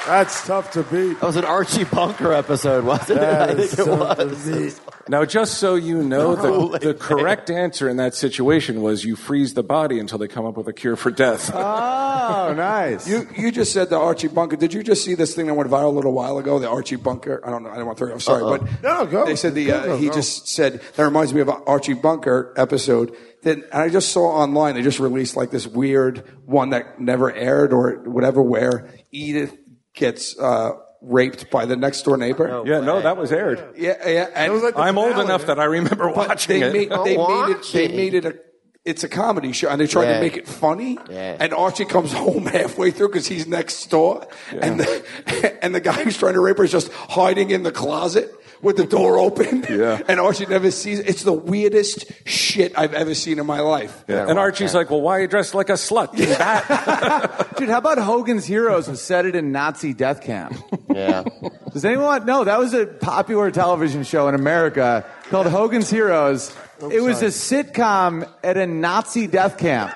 [SPEAKER 4] that's tough to beat.
[SPEAKER 8] That was an Archie Bunker episode, wasn't
[SPEAKER 4] That
[SPEAKER 8] it? I
[SPEAKER 4] is
[SPEAKER 8] think it
[SPEAKER 4] tough to
[SPEAKER 8] was.
[SPEAKER 4] beat.
[SPEAKER 6] Now, just so you know, the, the correct answer in that situation was you freeze the body until they come up with a cure for death.
[SPEAKER 7] Uh,
[SPEAKER 9] Oh, nice.
[SPEAKER 7] You, you just said the Archie Bunker. Did you just see this thing that went viral a little while ago? The Archie Bunker. I don't know. I don't want to throw you off. Sorry, but
[SPEAKER 4] No, no, go.
[SPEAKER 7] They said the
[SPEAKER 4] Go,
[SPEAKER 7] uh,
[SPEAKER 4] go,
[SPEAKER 7] he
[SPEAKER 4] go.
[SPEAKER 7] just said that reminds me of an Archie Bunker episode. Then and I just saw online they just released like this weird one that never aired or whatever, where Edith gets uh, raped by the next door neighbor.
[SPEAKER 6] yeah, no, that was aired.
[SPEAKER 7] Yeah, yeah. And
[SPEAKER 6] I'm old enough that I remember watching
[SPEAKER 7] they
[SPEAKER 6] it.
[SPEAKER 7] Made, they made it. They
[SPEAKER 8] Watching.
[SPEAKER 7] made it a. It's a comedy show, and they tried
[SPEAKER 8] Yeah.
[SPEAKER 7] to make it funny.
[SPEAKER 8] Yeah.
[SPEAKER 7] And Archie comes home halfway through because he's next door, and the, and the guy who's trying to rape her is just hiding in the closet with the door open.
[SPEAKER 6] Yeah.
[SPEAKER 7] And Archie never sees. It's the weirdest shit I've ever seen in my life.
[SPEAKER 6] Yeah. And Archie's like, "Well, why are you dressed like a slut?"
[SPEAKER 9] Dude, how about Hogan's Heroes was set it in Nazi death camp?
[SPEAKER 8] Yeah.
[SPEAKER 9] Does anyone want? No, that was a popular television show in America called Hogan's Heroes. it was a sitcom at a Nazi death camp.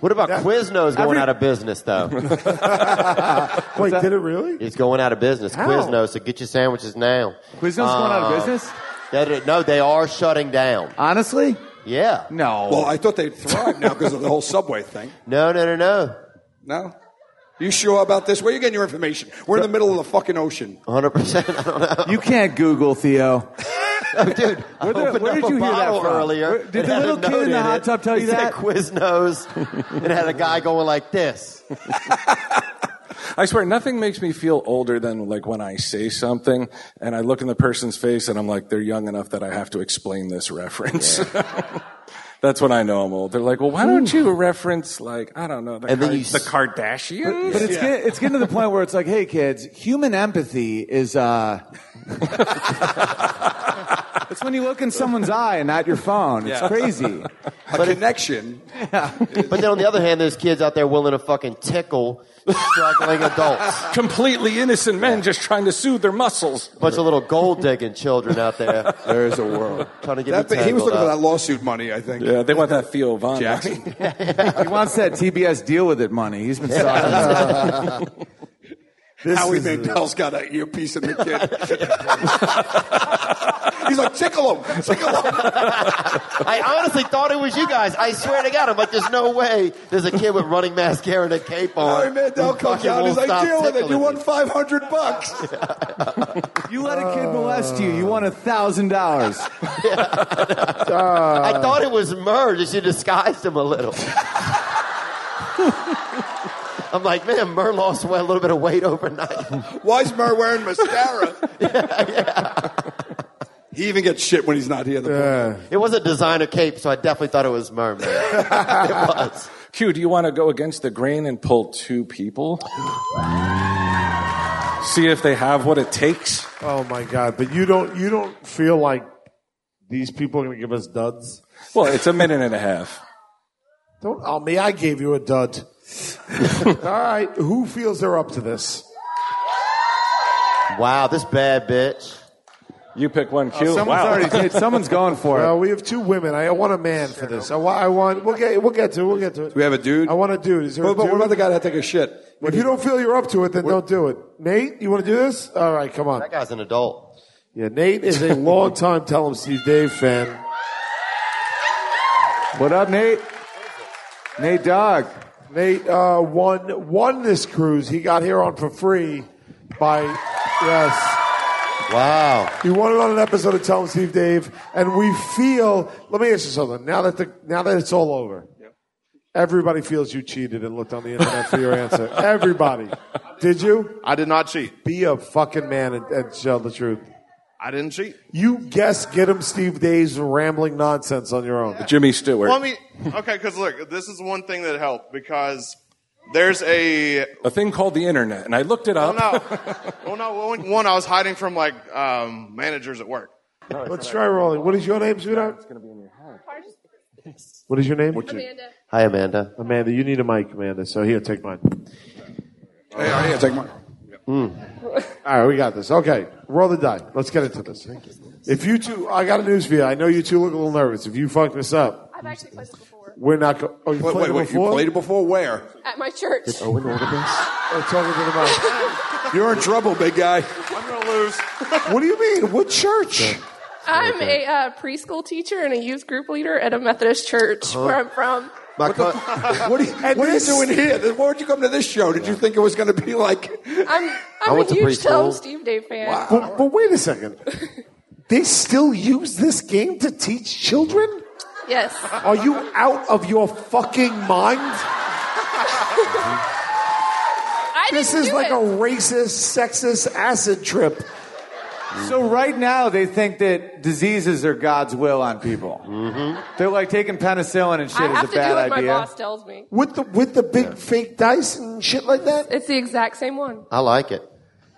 [SPEAKER 8] What about Quiznos going
[SPEAKER 9] every-
[SPEAKER 8] out of business though?
[SPEAKER 4] Wait, did it really?
[SPEAKER 8] it's going out of business.
[SPEAKER 4] How?
[SPEAKER 8] Quiznos, so get your sandwiches now.
[SPEAKER 9] Quiznos going out of
[SPEAKER 8] Uh,
[SPEAKER 9] business?
[SPEAKER 8] that- no, they are shutting down.
[SPEAKER 9] Honestly,
[SPEAKER 8] Yeah.
[SPEAKER 9] no.
[SPEAKER 7] Well, I thought they'd thrive now because of the whole subway thing.
[SPEAKER 8] No, no, no, no.
[SPEAKER 7] No. You sure about this? Where you getting your information? We're in the middle of the fucking ocean.
[SPEAKER 8] 100%. I don't know.
[SPEAKER 9] you can't Google Theo.
[SPEAKER 8] Dude,
[SPEAKER 9] Where, the-
[SPEAKER 8] opened
[SPEAKER 9] where
[SPEAKER 8] up
[SPEAKER 9] did
[SPEAKER 8] a
[SPEAKER 9] you hear that
[SPEAKER 8] bottle
[SPEAKER 9] from?
[SPEAKER 8] earlier?
[SPEAKER 9] Where- did
[SPEAKER 8] It
[SPEAKER 9] the
[SPEAKER 8] had a
[SPEAKER 9] little kid
[SPEAKER 8] note
[SPEAKER 9] in the hot
[SPEAKER 8] it.
[SPEAKER 9] tub tell you
[SPEAKER 8] It said
[SPEAKER 9] that?
[SPEAKER 8] Quiznos. it had a guy going like this.
[SPEAKER 6] I swear, nothing makes me feel older than like when I say something and I look in the person's face and I'm like, they're young enough that I have to explain this reference. That's when I know I'm old. They're like, well, why don't you reference like I don't know the,
[SPEAKER 8] And then
[SPEAKER 6] Kar-
[SPEAKER 8] you s-
[SPEAKER 6] the Kardashians?
[SPEAKER 9] But it's, get, it's getting to the point where it's like, hey, kids, human empathy is. uh It's when you look in someone's eye and not your phone. It's crazy.
[SPEAKER 7] A connection.
[SPEAKER 8] But then on the other hand, there's kids out there willing to fucking tickle struggling adults.
[SPEAKER 6] Completely innocent men just trying to soothe their muscles.
[SPEAKER 8] Bunch of little gold digging children out there
[SPEAKER 7] There is a world.
[SPEAKER 8] trying to get
[SPEAKER 7] That
[SPEAKER 8] me
[SPEAKER 7] thing- he was
[SPEAKER 8] tangled
[SPEAKER 7] looking for
[SPEAKER 8] up.
[SPEAKER 7] that lawsuit money, I think.
[SPEAKER 6] Yeah, they want that Theo Von.
[SPEAKER 7] Jackson.
[SPEAKER 9] He wants that TBS deal with it money. He's been talking.
[SPEAKER 7] This Howie Mandel's got an earpiece in the kid. He's like, tickle him, tickle him.
[SPEAKER 8] I honestly thought it was you guys. I swear to God, I'm like, there's no way there's a kid with running mascara and a cape on.
[SPEAKER 7] Howie Mandel
[SPEAKER 8] who
[SPEAKER 7] comes
[SPEAKER 8] fucking
[SPEAKER 7] out. He's
[SPEAKER 8] won't
[SPEAKER 7] like,
[SPEAKER 8] stop
[SPEAKER 7] deal with it. You
[SPEAKER 8] tickling
[SPEAKER 7] won
[SPEAKER 8] me."
[SPEAKER 7] 500 bucks.
[SPEAKER 9] You let a kid molest you. You want a thousand dollars.
[SPEAKER 8] I thought it was Murr. She disguised him a little. I'm like, man, Murr lost a little bit of weight overnight.
[SPEAKER 7] Why is Murr wearing mascara? He even gets shit when he's not here. The poor
[SPEAKER 4] Yeah.
[SPEAKER 8] It was a designer cape, so I definitely thought it was Murr. Man. it was.
[SPEAKER 6] Q, do you want to go against the grain and pull two people? See if they have what it takes.
[SPEAKER 4] Oh my god! But you don't you don't feel like these people are going to give us duds?
[SPEAKER 6] Well, it's a minute and a half.
[SPEAKER 4] Don't oh me! I gave you a dud. All right. Who feels they're up to this?
[SPEAKER 8] Wow, this bad bitch.
[SPEAKER 6] You pick one, Q.
[SPEAKER 9] Oh, Someone's
[SPEAKER 6] wow.
[SPEAKER 9] already. Dude, someone's going for
[SPEAKER 4] Well,
[SPEAKER 9] it.
[SPEAKER 4] we have two women. I want a man for this. I want. I want. We'll get. We'll get to. it. We'll get to it.
[SPEAKER 7] we have a dude?
[SPEAKER 4] I want a dude. Is there
[SPEAKER 7] What
[SPEAKER 4] a
[SPEAKER 7] about,
[SPEAKER 4] dude?
[SPEAKER 7] what about the guy that take a shit?
[SPEAKER 4] If you don't feel you're up to it, then don't do it. Nate, you want to do this? All right, come on.
[SPEAKER 8] That guy's an adult.
[SPEAKER 4] Yeah, Nate is a longtime Tell Him Steve Dave fan.
[SPEAKER 9] What up, Nate? Nate Dog.
[SPEAKER 4] Nate uh, won won this cruise. He got here on for free by yes.
[SPEAKER 8] Wow.
[SPEAKER 4] He won it on an episode of Tell Him Steve Dave, and we feel. Let me ask you something. Now that the now that it's all over, everybody feels you cheated and looked on the internet for your answer. Everybody, did you?
[SPEAKER 11] I did not cheat.
[SPEAKER 4] Be a fucking man and, and tell the truth.
[SPEAKER 11] I didn't cheat.
[SPEAKER 4] You guess get him Steve Dave's rambling nonsense on your own.
[SPEAKER 6] Jimmy Stewart.
[SPEAKER 11] Well, I mean, okay, because look, this is one thing that helped because there's a
[SPEAKER 6] a thing called the internet, and I looked it
[SPEAKER 11] well,
[SPEAKER 6] up.
[SPEAKER 8] Oh,
[SPEAKER 11] no, well, no, one, one I was hiding from like um, managers at work.
[SPEAKER 4] Let's try rolling. What is your name, sweetheart? It's gonna be in your head. What is your name?
[SPEAKER 8] Hi, Amanda.
[SPEAKER 4] Amanda, you need a mic, Amanda. So here, take mine.
[SPEAKER 7] Hey, I take mine.
[SPEAKER 4] Hmm. All right, we got this. Okay, roll the die. Let's get into this. If you two, I got a news for you. I know you two look a little nervous. If you fuck this up,
[SPEAKER 12] I've actually played it before
[SPEAKER 4] we're not going. Oh, you
[SPEAKER 7] Wait,
[SPEAKER 4] played
[SPEAKER 7] wait,
[SPEAKER 4] it
[SPEAKER 7] wait. You
[SPEAKER 4] before?
[SPEAKER 7] played it before? Where?
[SPEAKER 12] at my church.
[SPEAKER 8] Owen order this?
[SPEAKER 4] Oh, talking to the
[SPEAKER 7] You're in trouble, big guy.
[SPEAKER 11] I'm gonna lose.
[SPEAKER 4] mic. what do you mean? What church?
[SPEAKER 12] I'm a uh, preschool teacher and a youth group leader at a Methodist church where I'm from.
[SPEAKER 8] My co-
[SPEAKER 7] What are you, what are you doing here? Then Why would you come to this show? Did you think it was going to be like?
[SPEAKER 12] I'm I'm
[SPEAKER 8] went
[SPEAKER 12] a
[SPEAKER 8] to
[SPEAKER 12] huge Tell 'em
[SPEAKER 8] preschool.
[SPEAKER 12] Steve Dave fan.
[SPEAKER 4] But, but wait a second. They still use this game to teach children?
[SPEAKER 12] Yes.
[SPEAKER 4] Are you out of your fucking mind? this
[SPEAKER 12] didn't
[SPEAKER 4] is
[SPEAKER 12] do
[SPEAKER 4] like
[SPEAKER 12] it.
[SPEAKER 4] a racist, sexist acid trip.
[SPEAKER 9] So right now they think that diseases are God's will on people. Mm-hmm. They're like taking penicillin and shit
[SPEAKER 12] I
[SPEAKER 9] is a
[SPEAKER 12] have to do
[SPEAKER 9] bad
[SPEAKER 12] what my
[SPEAKER 9] idea.
[SPEAKER 12] boss tells me.
[SPEAKER 4] With the with the big fake dice and shit like that?
[SPEAKER 12] It's the exact same one.
[SPEAKER 8] I like it.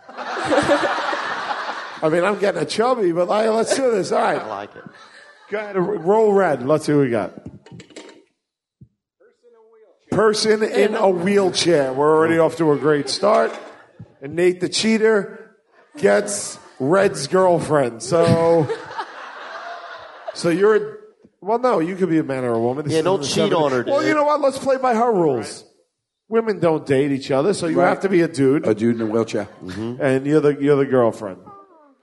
[SPEAKER 4] I mean, I'm getting a chubby, but like, let's do this. All right. I
[SPEAKER 8] like it.
[SPEAKER 4] Go ahead, r- roll red. Let's see what we got. Person in a wheelchair. We're already off to a great start. And Nate the cheater gets Red's girlfriend. So, so you're. a- Well, no, you could be a man or a woman.
[SPEAKER 8] Yeah,
[SPEAKER 4] is
[SPEAKER 8] don't
[SPEAKER 4] in the
[SPEAKER 8] cheat
[SPEAKER 4] 70s.
[SPEAKER 8] on her,
[SPEAKER 4] Well,
[SPEAKER 8] dude.
[SPEAKER 4] you know what? Let's play by her rules. Women don't date each other, so you
[SPEAKER 7] Right.
[SPEAKER 4] have to be a dude.
[SPEAKER 7] A dude in a wheelchair.
[SPEAKER 4] And you're the you're the girlfriend.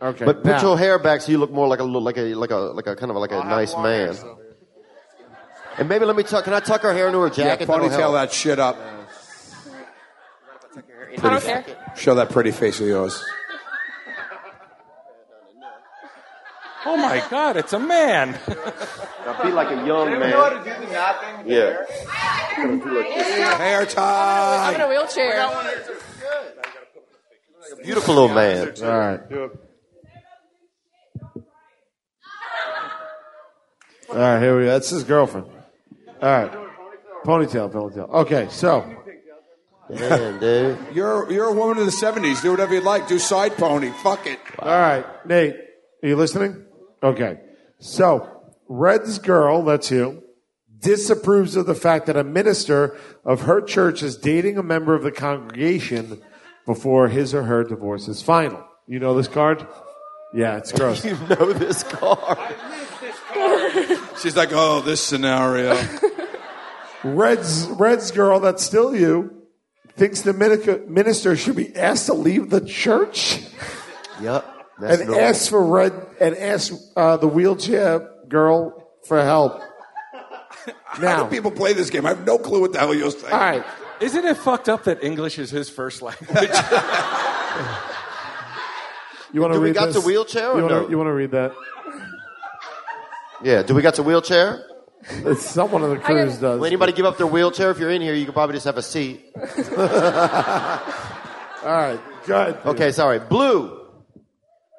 [SPEAKER 4] Okay.
[SPEAKER 8] But put
[SPEAKER 4] now-
[SPEAKER 8] your hair back so you look more like a little- like a like a like a kind of like a nice man. And maybe let me tuck. Can I tuck her hair into her
[SPEAKER 7] Yeah,
[SPEAKER 8] jacket? That'll
[SPEAKER 7] ponytail
[SPEAKER 8] help.
[SPEAKER 7] that shit up.
[SPEAKER 12] I don't care.
[SPEAKER 7] Show that pretty face of yours.
[SPEAKER 6] Oh my God, it's a man.
[SPEAKER 8] Now be like a young man. Yeah.
[SPEAKER 7] Hair
[SPEAKER 12] I'm in
[SPEAKER 7] tie.
[SPEAKER 12] a wheelchair.
[SPEAKER 8] Beautiful little man.
[SPEAKER 4] All right. All right, here we go. That's his girlfriend. All right. Ponytail, ponytail. Okay, so.
[SPEAKER 8] Man, dude.
[SPEAKER 7] You're you're a woman of the '70s. Do whatever you like. Do side pony. Fuck it.
[SPEAKER 4] All right, Nate, are you listening? Okay. So, Red's girl, that's you, disapproves of the fact that a minister of her church is dating a member of the congregation before his or her divorce is final. You know this card? Yeah, it's gross.
[SPEAKER 8] You know this car.
[SPEAKER 7] She's like, oh, this scenario.
[SPEAKER 4] Red's Red's girl, that's still you, thinks the minica- minister should be asked to leave the church
[SPEAKER 8] Yep. That's
[SPEAKER 4] and
[SPEAKER 8] normal.
[SPEAKER 4] asks for Red and asks uh, the wheelchair girl for help.
[SPEAKER 7] How
[SPEAKER 4] Now,
[SPEAKER 7] do people play this game? I have no clue what the hell you're saying.
[SPEAKER 4] all right,
[SPEAKER 6] Isn't it fucked up that English is his first language?
[SPEAKER 4] you want
[SPEAKER 8] Do
[SPEAKER 4] to
[SPEAKER 8] we
[SPEAKER 4] read
[SPEAKER 8] got
[SPEAKER 4] this?
[SPEAKER 8] the wheelchair or
[SPEAKER 4] You wanna-
[SPEAKER 8] no?
[SPEAKER 4] You want to read that?
[SPEAKER 8] Yeah. Do we got the wheelchair?
[SPEAKER 4] It's someone on the cruise does.
[SPEAKER 8] Will anybody give up their wheelchair? If you're in here, you could probably just have a seat.
[SPEAKER 4] All right, good.
[SPEAKER 8] Okay, sorry. Blue.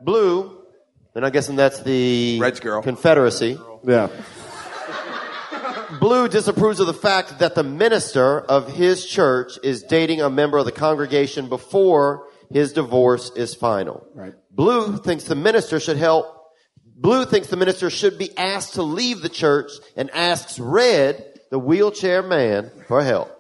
[SPEAKER 8] Blue. Then I'm guessing that's the
[SPEAKER 7] Reds girl.
[SPEAKER 8] Confederacy.
[SPEAKER 4] Yeah.
[SPEAKER 8] Blue disapproves of the fact that the minister of his church is dating a member of the congregation before his divorce is final. Right. Blue thinks the minister should help. Blue thinks the minister should be asked to leave the church and asks Red, the wheelchair man, for help.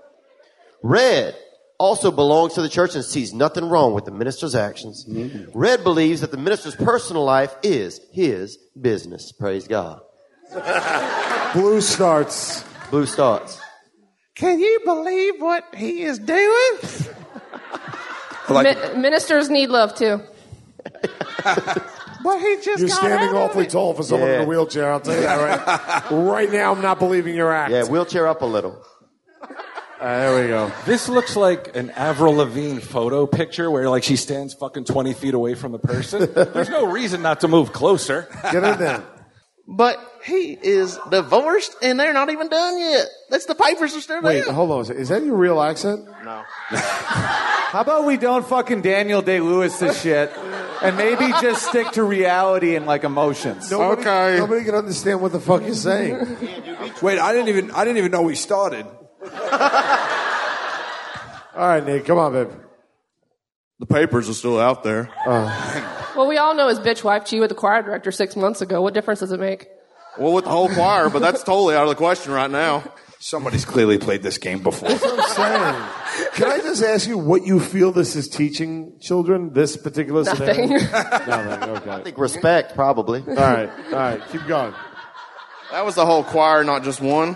[SPEAKER 8] Red also belongs to the church and sees nothing wrong with the minister's actions.
[SPEAKER 4] Mm-hmm.
[SPEAKER 8] Red believes that the minister's personal life is his business. Praise God.
[SPEAKER 4] Blue starts.
[SPEAKER 8] Blue starts.
[SPEAKER 9] Can you believe what he is doing?
[SPEAKER 7] I like it.
[SPEAKER 12] Mi- ministers need love too.
[SPEAKER 9] What he just
[SPEAKER 4] You're
[SPEAKER 9] got
[SPEAKER 4] standing
[SPEAKER 9] out of
[SPEAKER 4] awfully
[SPEAKER 9] it.
[SPEAKER 4] tall for someone in
[SPEAKER 8] Yeah.
[SPEAKER 4] a wheelchair. I'll tell you that right. right now, I'm not believing your act.
[SPEAKER 8] Yeah, wheelchair up a little.
[SPEAKER 6] Uh,
[SPEAKER 4] All right, there we go.
[SPEAKER 6] this looks like an Avril Lavigne photo picture where like she stands fucking 20 feet away from the person. There's no reason not to move closer.
[SPEAKER 4] Get in there.
[SPEAKER 13] But he is divorced and they're not even done yet. That's the papers are still
[SPEAKER 4] Wait,
[SPEAKER 13] there.
[SPEAKER 4] hold on. a second. Is that your real accent?
[SPEAKER 9] How about we don't fucking Daniel Day Lewis this shit, and maybe just stick to reality and like emotions.
[SPEAKER 4] Nobody,
[SPEAKER 13] Okay.
[SPEAKER 4] Nobody can understand what the fuck you're saying.
[SPEAKER 7] Wait, I didn't even I didn't even know we started.
[SPEAKER 4] All right, Nate, come on, babe.
[SPEAKER 11] The papers are still out there.
[SPEAKER 4] Uh.
[SPEAKER 12] Well, we all know his bitch wife cheated with the choir director six months ago. What difference does it make?
[SPEAKER 11] Well, with the whole choir, but that's totally out of the question right now.
[SPEAKER 7] Somebody's clearly played this game before.
[SPEAKER 4] I'm saying. Can I just ask you what you feel this is teaching children? This particular
[SPEAKER 12] Nothing.
[SPEAKER 4] scenario? Nothing.
[SPEAKER 8] I
[SPEAKER 4] Okay.
[SPEAKER 8] think respect, probably.
[SPEAKER 4] All right. All right. Keep going.
[SPEAKER 11] That was the whole choir, not just one.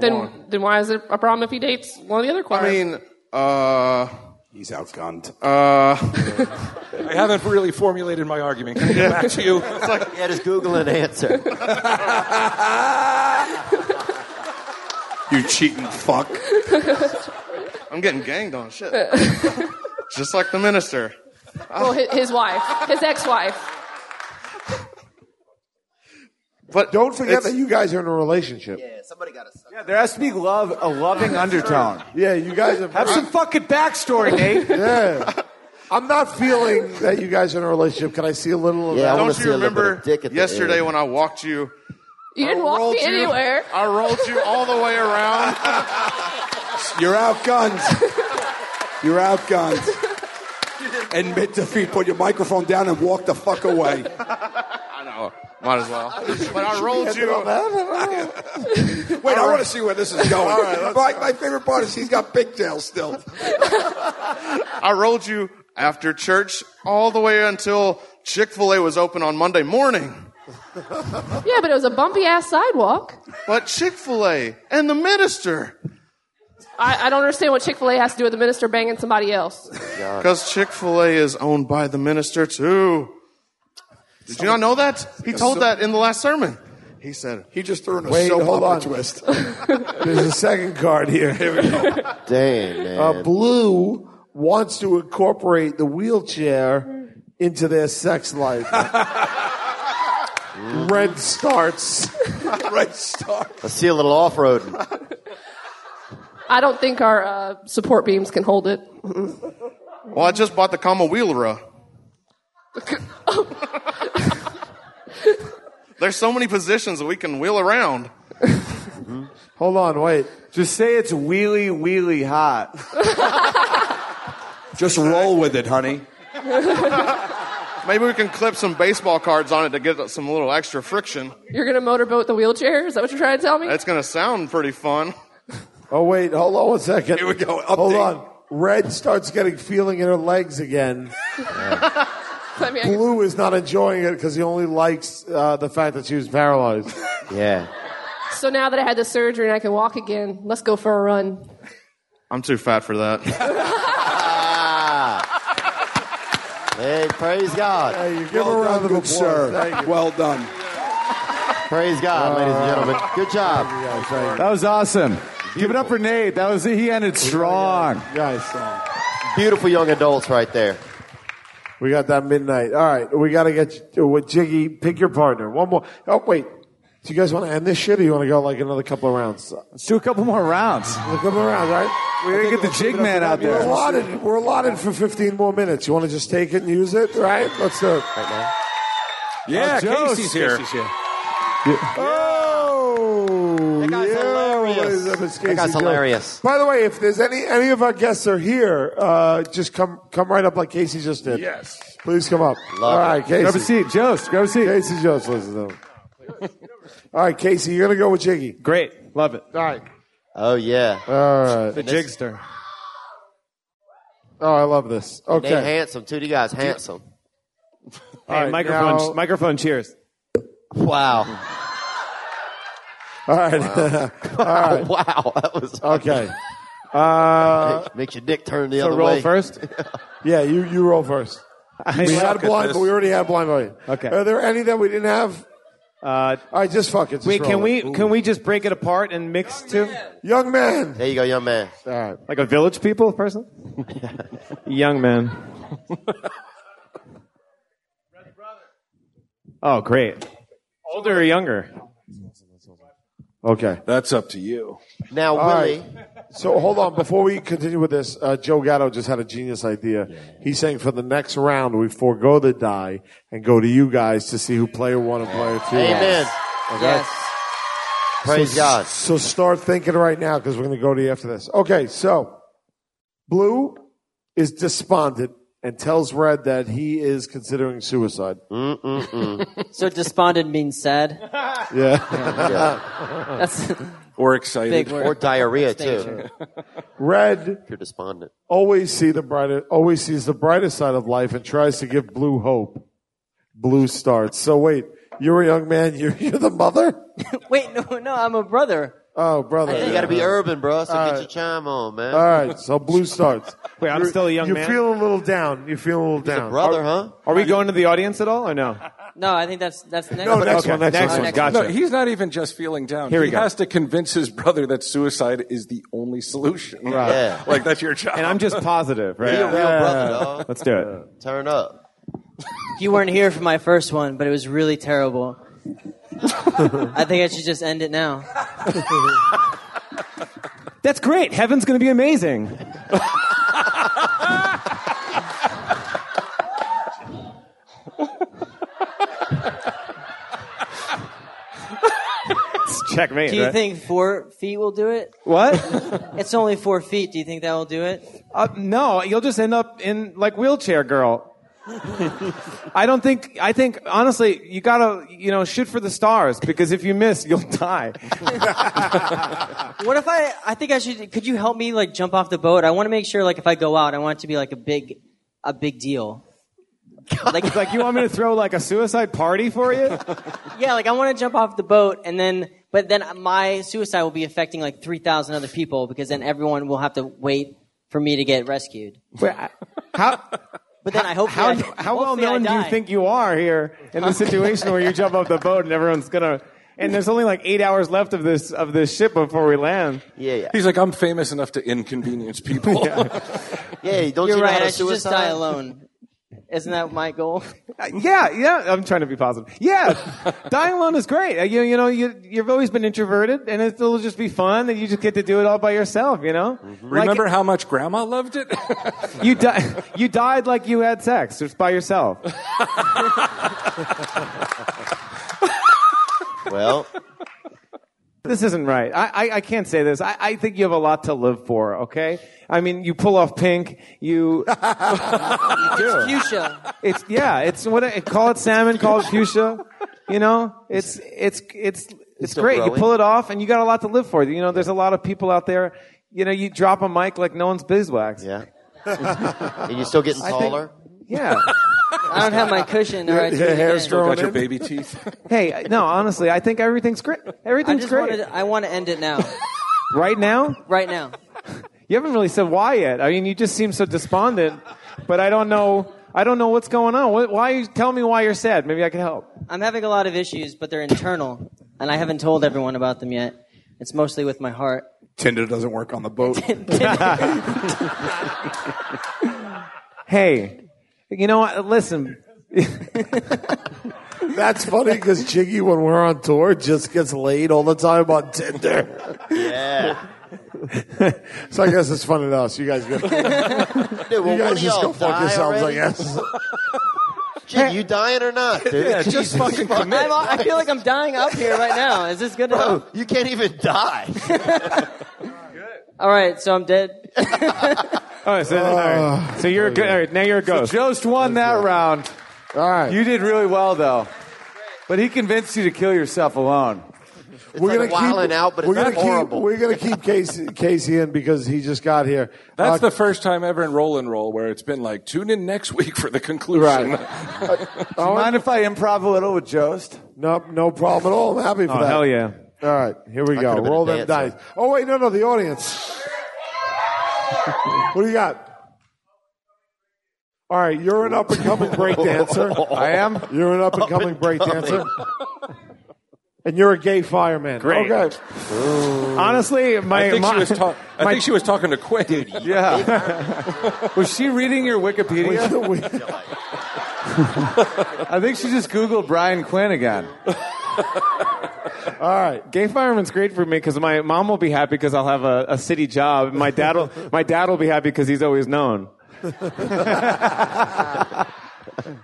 [SPEAKER 11] one.
[SPEAKER 12] then, then why is it a problem if he dates one of the other choirs?
[SPEAKER 11] I mean, uh,
[SPEAKER 7] He's outgunned.
[SPEAKER 11] uh,
[SPEAKER 14] I haven't really formulated my argument. Can I get back to you?
[SPEAKER 8] Yeah, just Google an answer.
[SPEAKER 7] You cheating fuck.
[SPEAKER 11] I'm getting ganged on shit.
[SPEAKER 12] Uh.
[SPEAKER 11] just like the minister.
[SPEAKER 12] well, his, his wife, his ex-wife.
[SPEAKER 4] But don't forget
[SPEAKER 15] it's-
[SPEAKER 4] that you guys are in a relationship.
[SPEAKER 9] Somebody got to. Yeah, there has to be love, a loving undertone.
[SPEAKER 4] Yeah, you guys are.
[SPEAKER 9] Have some fucking backstory, Nate.
[SPEAKER 4] yeah. I'm not feeling that you guys are in a relationship. Can I see a little of that?
[SPEAKER 11] Don't you remember yesterday when I walked you?
[SPEAKER 12] You
[SPEAKER 8] Oh.
[SPEAKER 12] didn't walk me anywhere.
[SPEAKER 11] I rolled you all the way around.
[SPEAKER 7] You're outgunned. You're outgunned. Admit defeat, put your microphone down and walk the fuck away.
[SPEAKER 11] I know. Might as well. But I
[SPEAKER 7] Should we
[SPEAKER 11] rolled
[SPEAKER 7] end
[SPEAKER 11] you.
[SPEAKER 7] it on Wait, I want to see where this is going.
[SPEAKER 11] All right, let's-
[SPEAKER 7] my, my favorite part is he's got pigtails still.
[SPEAKER 11] I rolled you after church all the way until Chick Fil A was open on Monday morning.
[SPEAKER 12] Yeah, but it was a bumpy ass sidewalk.
[SPEAKER 11] But Chick Fil A and the minister,
[SPEAKER 12] I, I don't understand what Chick Fil A has to do with the minister banging somebody else.
[SPEAKER 11] because Chick Fil A is owned by the minister too. Did you not know that? He told that in the last sermon. He said
[SPEAKER 7] he just threw in a
[SPEAKER 4] Wait,
[SPEAKER 11] soap
[SPEAKER 4] hold
[SPEAKER 11] opera
[SPEAKER 4] on.
[SPEAKER 7] twist.
[SPEAKER 4] There's a second card here.
[SPEAKER 8] Damn, man.
[SPEAKER 4] Uh, Blue wants to incorporate the wheelchair into their sex life. Red starts.
[SPEAKER 7] Red star.
[SPEAKER 8] I see a little off road.
[SPEAKER 12] I don't think our uh, support beams can hold it. Mm-hmm.
[SPEAKER 11] Well, I just bought the Kama uh. Wheelera. There's so many positions that we can wheel around.
[SPEAKER 4] Hold on, wait.
[SPEAKER 9] Just say it's wheelie, wheelie hot.
[SPEAKER 7] Just roll with it, honey.
[SPEAKER 11] Maybe we can clip some baseball cards on it to get some little extra friction.
[SPEAKER 12] You're gonna motorboat the wheelchair? Is that what you're trying to tell me?
[SPEAKER 11] That's going to sound pretty fun.
[SPEAKER 4] Oh, wait, hold on one second.
[SPEAKER 11] Here we go,
[SPEAKER 4] Hold
[SPEAKER 11] update.
[SPEAKER 4] on. Red starts getting feeling in her legs again.
[SPEAKER 12] I mean, I-
[SPEAKER 4] Blue is not enjoying it because he only likes uh, the fact that she was paralyzed.
[SPEAKER 8] Yeah.
[SPEAKER 12] so now that I had the surgery and I can walk again, let's go for a run.
[SPEAKER 11] I'm too fat for that.
[SPEAKER 8] Hey, praise God.
[SPEAKER 4] give well a round
[SPEAKER 7] done, good sir. Well done.
[SPEAKER 8] Praise God, ladies and gentlemen. Good job.
[SPEAKER 9] That was awesome. Give it up for Nate. That was he ended strong.
[SPEAKER 4] Guys, strong.
[SPEAKER 8] Beautiful young adults right there.
[SPEAKER 4] We got that midnight. All right, we got to get you, with Jiggy. Pick your partner. One more. Oh wait, do you guys want to end this shit, or you want to go like another couple of rounds? A
[SPEAKER 9] Let's do a couple more rounds.
[SPEAKER 4] couple of rounds, right?
[SPEAKER 9] We didn't get the jig man out
[SPEAKER 4] We're
[SPEAKER 9] there.
[SPEAKER 4] allotted. We're allotted for 15 more minutes. You want to just take it and use it, right? Let's do it.
[SPEAKER 11] Uh,
[SPEAKER 16] Yeah,
[SPEAKER 9] Joe's
[SPEAKER 16] Casey's here.
[SPEAKER 9] Casey's
[SPEAKER 4] Oh, that
[SPEAKER 8] guy's hilarious. That guy's hilarious.
[SPEAKER 4] By the way, if there's any any of our guests are here, uh, just come come right up like Casey just did.
[SPEAKER 11] yes.
[SPEAKER 4] Please come up.
[SPEAKER 8] Love
[SPEAKER 4] All
[SPEAKER 8] it.
[SPEAKER 4] right, Casey.
[SPEAKER 9] Grab a seat, Jost. Grab a seat.
[SPEAKER 4] Casey Jones, listen to him. All right, Casey, you're gonna go with Jiggy.
[SPEAKER 17] Great. Love it.
[SPEAKER 4] All right.
[SPEAKER 8] Oh, yeah.
[SPEAKER 4] All right.
[SPEAKER 17] The jigster.
[SPEAKER 4] Oh, I love this.
[SPEAKER 8] Nate
[SPEAKER 4] Okay.
[SPEAKER 8] handsome, too. You guys handsome.
[SPEAKER 17] Hey,
[SPEAKER 4] right,
[SPEAKER 17] microphone,
[SPEAKER 4] now-
[SPEAKER 17] microphone cheers.
[SPEAKER 8] Wow.
[SPEAKER 4] All right.
[SPEAKER 8] Wow. That was
[SPEAKER 4] okay. Uh,
[SPEAKER 8] Makes your dick turn the
[SPEAKER 17] So
[SPEAKER 8] other
[SPEAKER 17] roll
[SPEAKER 8] way.
[SPEAKER 17] first.
[SPEAKER 4] yeah, you you roll first. We had blind, but we already had blind volume.
[SPEAKER 17] Okay.
[SPEAKER 4] Are there any that we didn't have?
[SPEAKER 17] Uh,
[SPEAKER 4] All right, just fuck it. Just
[SPEAKER 17] wait, can
[SPEAKER 4] roll
[SPEAKER 17] we
[SPEAKER 4] it.
[SPEAKER 17] can we just break it apart and mix two?
[SPEAKER 4] Young man.
[SPEAKER 8] There you go, young man.
[SPEAKER 4] All right.
[SPEAKER 17] Like a village people person? Young man. oh, great. Older or younger?
[SPEAKER 4] Okay.
[SPEAKER 6] That's up to you.
[SPEAKER 8] Now,
[SPEAKER 4] All
[SPEAKER 8] Willie.
[SPEAKER 4] So hold on. Before we continue with this, uh, Joe Gatto just had a genius idea. He's saying for the next round, we forego the die and go to you guys to see who player one and player two. are.
[SPEAKER 8] Amen.
[SPEAKER 4] Okay?
[SPEAKER 2] Yes.
[SPEAKER 8] Praise
[SPEAKER 4] so,
[SPEAKER 8] God.
[SPEAKER 4] So start thinking right now because we're going to go to you after this. Okay, so Blue is despondent and tells Red that he is considering suicide.
[SPEAKER 8] Mm.
[SPEAKER 2] So despondent means sad.
[SPEAKER 4] Yeah.
[SPEAKER 2] That's
[SPEAKER 6] Or
[SPEAKER 2] big
[SPEAKER 6] excited.
[SPEAKER 2] word.
[SPEAKER 8] Or diarrhea,
[SPEAKER 2] Danger.
[SPEAKER 8] too. If
[SPEAKER 4] Red
[SPEAKER 8] you're despondent.
[SPEAKER 4] always see the brighter, always sees the brighter side of life and tries to give Blue hope. Blue starts. So wait, you're a young man. You're, you're the mother?
[SPEAKER 2] Wait, no, no, I'm a brother.
[SPEAKER 4] Oh, brother.
[SPEAKER 8] You got to be urban, bro, so get your chime on, man.
[SPEAKER 4] All right, so Blue starts.
[SPEAKER 17] Wait, I'm still a young
[SPEAKER 4] you
[SPEAKER 17] man.
[SPEAKER 4] feel a little down. You feel a little down.
[SPEAKER 8] Brother, huh?
[SPEAKER 17] Are we going to the audience at all or no?
[SPEAKER 2] No, I think that's that's next.
[SPEAKER 4] No, next
[SPEAKER 17] Okay,
[SPEAKER 4] one. Next,
[SPEAKER 17] next
[SPEAKER 4] one.
[SPEAKER 17] one.
[SPEAKER 2] Next one.
[SPEAKER 17] Gotcha.
[SPEAKER 6] No, he's not even just feeling down.
[SPEAKER 17] Here we
[SPEAKER 6] he
[SPEAKER 17] go.
[SPEAKER 6] has to convince his brother that suicide is the only solution. Right.
[SPEAKER 8] Yeah.
[SPEAKER 6] Like that's your job.
[SPEAKER 17] and I'm just positive, right?
[SPEAKER 8] Be a real brother, dog.
[SPEAKER 17] Let's do it.
[SPEAKER 8] Turn up.
[SPEAKER 2] You weren't here for my first one, but it was really terrible. I think I should just end it now.
[SPEAKER 17] That's great. Heaven's going to be amazing. Checkmate.
[SPEAKER 2] do you
[SPEAKER 17] right?
[SPEAKER 2] think four feet will do it?
[SPEAKER 17] What?
[SPEAKER 2] It's only four feet. Do you think that will do it?
[SPEAKER 17] Uh, no, you'll just end up in like wheelchair girl. I don't think. I think honestly, you gotta you know shoot for the stars because if you miss, you'll die.
[SPEAKER 2] What if I? I think I should. Could you help me like jump off the boat? I want to make sure like if I go out, I want it to be like a big, a big deal.
[SPEAKER 17] Like, like you want me to throw like a suicide party for you?
[SPEAKER 2] Yeah, like I want to jump off the boat and then, but then my suicide will be affecting like three thousand other people because then everyone will have to wait for me to get rescued.
[SPEAKER 17] how?
[SPEAKER 2] But then I hope
[SPEAKER 17] How how well known do you think you are here in the situation where you jump off the boat and everyone's gonna? And there's only like eight hours left of this of this ship before we land.
[SPEAKER 8] Yeah, yeah.
[SPEAKER 6] He's like, I'm famous enough to inconvenience people.
[SPEAKER 8] Yeah, don't
[SPEAKER 2] You're
[SPEAKER 8] you know
[SPEAKER 2] right.
[SPEAKER 8] how to
[SPEAKER 2] I should just
[SPEAKER 8] suicide?
[SPEAKER 2] die alone. Isn't that my goal?
[SPEAKER 17] Yeah, yeah. I'm trying to be positive. Yeah, dying alone is great. Uh, You you know you you've always been introverted, and it'll just be fun that you just get to do it all by yourself. You know.
[SPEAKER 6] Mm-hmm. Remember
[SPEAKER 17] Like,
[SPEAKER 6] how much grandma loved it?
[SPEAKER 17] you di- you died like you had sex just by yourself.
[SPEAKER 8] well,
[SPEAKER 17] This isn't right. I, I, I can't say this. I, I think you have a lot to live for, okay? I mean, you pull off pink, you.
[SPEAKER 2] It's fuchsia.
[SPEAKER 17] It's, yeah, it's what, I- call it salmon, call it fuchsia. You know, it's, it's, it's, it's
[SPEAKER 8] still
[SPEAKER 17] great.
[SPEAKER 8] growing.
[SPEAKER 17] You pull it off and you got a lot to live for. You know, there's a lot of people out there, you know, you drop a mic like no one's beeswax.
[SPEAKER 8] Yeah. Are you still getting
[SPEAKER 17] I think-
[SPEAKER 8] taller?
[SPEAKER 17] Yeah.
[SPEAKER 2] I don't have my cushion. All right, do it again.
[SPEAKER 6] got your baby teeth.
[SPEAKER 17] Hey, no, honestly, I think everything's great.
[SPEAKER 2] I
[SPEAKER 17] Everything's
[SPEAKER 2] just
[SPEAKER 17] great.
[SPEAKER 2] wanted. I want to end it now.
[SPEAKER 17] Right now?
[SPEAKER 2] Right now.
[SPEAKER 17] You haven't really said why yet. I mean, you just seem so despondent, but I don't know. I don't know what's going on. What, why? Tell me why you're sad. Maybe I can help.
[SPEAKER 2] I'm having a lot of issues, but they're internal, and I haven't told everyone about them yet. It's mostly with my heart.
[SPEAKER 18] Tinder doesn't work on the boat.
[SPEAKER 17] Hey, you know what? Listen,
[SPEAKER 4] That's funny because Jiggy, when we're on tour, just gets laid all the time on Tinder.
[SPEAKER 8] Yeah.
[SPEAKER 4] So I guess it's funny to us. You guys get.
[SPEAKER 8] Dude, well,
[SPEAKER 4] you
[SPEAKER 8] one
[SPEAKER 4] guys
[SPEAKER 8] of
[SPEAKER 4] just
[SPEAKER 8] y'all
[SPEAKER 4] go fuck
[SPEAKER 8] die
[SPEAKER 4] yourselves,
[SPEAKER 8] already?
[SPEAKER 4] I guess.
[SPEAKER 8] Gee, you dying or not, dude?
[SPEAKER 6] Yeah, just
[SPEAKER 8] Jesus
[SPEAKER 6] fucking
[SPEAKER 8] Christ.
[SPEAKER 2] I'm, I feel like I'm dying up here right now. Is this good enough?
[SPEAKER 8] You can't even die.
[SPEAKER 2] All right, so I'm dead.
[SPEAKER 17] All right, so, all right. so you're a good. All right, now you're a ghost.
[SPEAKER 9] Ah. Oh, Jost won that round.
[SPEAKER 4] All right.
[SPEAKER 9] You did really well, though. But he convinced you to kill yourself alone.
[SPEAKER 4] we're
[SPEAKER 8] like
[SPEAKER 4] gonna
[SPEAKER 8] wilding
[SPEAKER 4] keep,
[SPEAKER 8] out, but it's
[SPEAKER 4] we're gonna
[SPEAKER 8] horrible.
[SPEAKER 4] Keep, we're gonna keep Casey, Casey in because he just got here.
[SPEAKER 6] That's
[SPEAKER 4] Uh,
[SPEAKER 6] the first time ever in Roll and Roll where it's been like, tune in next week for the conclusion.
[SPEAKER 4] right.
[SPEAKER 9] Do you mind if I improv a little with Jost?
[SPEAKER 4] No, no problem at all. I'm happy for
[SPEAKER 17] Oh
[SPEAKER 4] that.
[SPEAKER 17] hell yeah!
[SPEAKER 4] All right, here we
[SPEAKER 8] could've
[SPEAKER 4] go.
[SPEAKER 8] been a
[SPEAKER 4] Roll them dice.
[SPEAKER 8] dancer.
[SPEAKER 4] Oh wait, no, no, the audience. what do you got? All right, you're an up and coming break dancer.
[SPEAKER 9] I am.
[SPEAKER 4] You're an up and coming break dancer. And you're a gay fireman.
[SPEAKER 17] Great.
[SPEAKER 4] Okay.
[SPEAKER 17] Honestly, my
[SPEAKER 6] I, think she
[SPEAKER 17] my-
[SPEAKER 6] was ta- I
[SPEAKER 17] my-
[SPEAKER 6] think she was talking to Quinn.
[SPEAKER 9] Yeah. was she reading your
[SPEAKER 4] We-
[SPEAKER 9] Wikipedia?
[SPEAKER 4] we-
[SPEAKER 9] I think she just Googled Brian Quinn again.
[SPEAKER 4] all right.
[SPEAKER 17] Gay fireman's great for me because my mom will be happy because I'll have a, a city job. My dad will my dad will be happy because he's always known.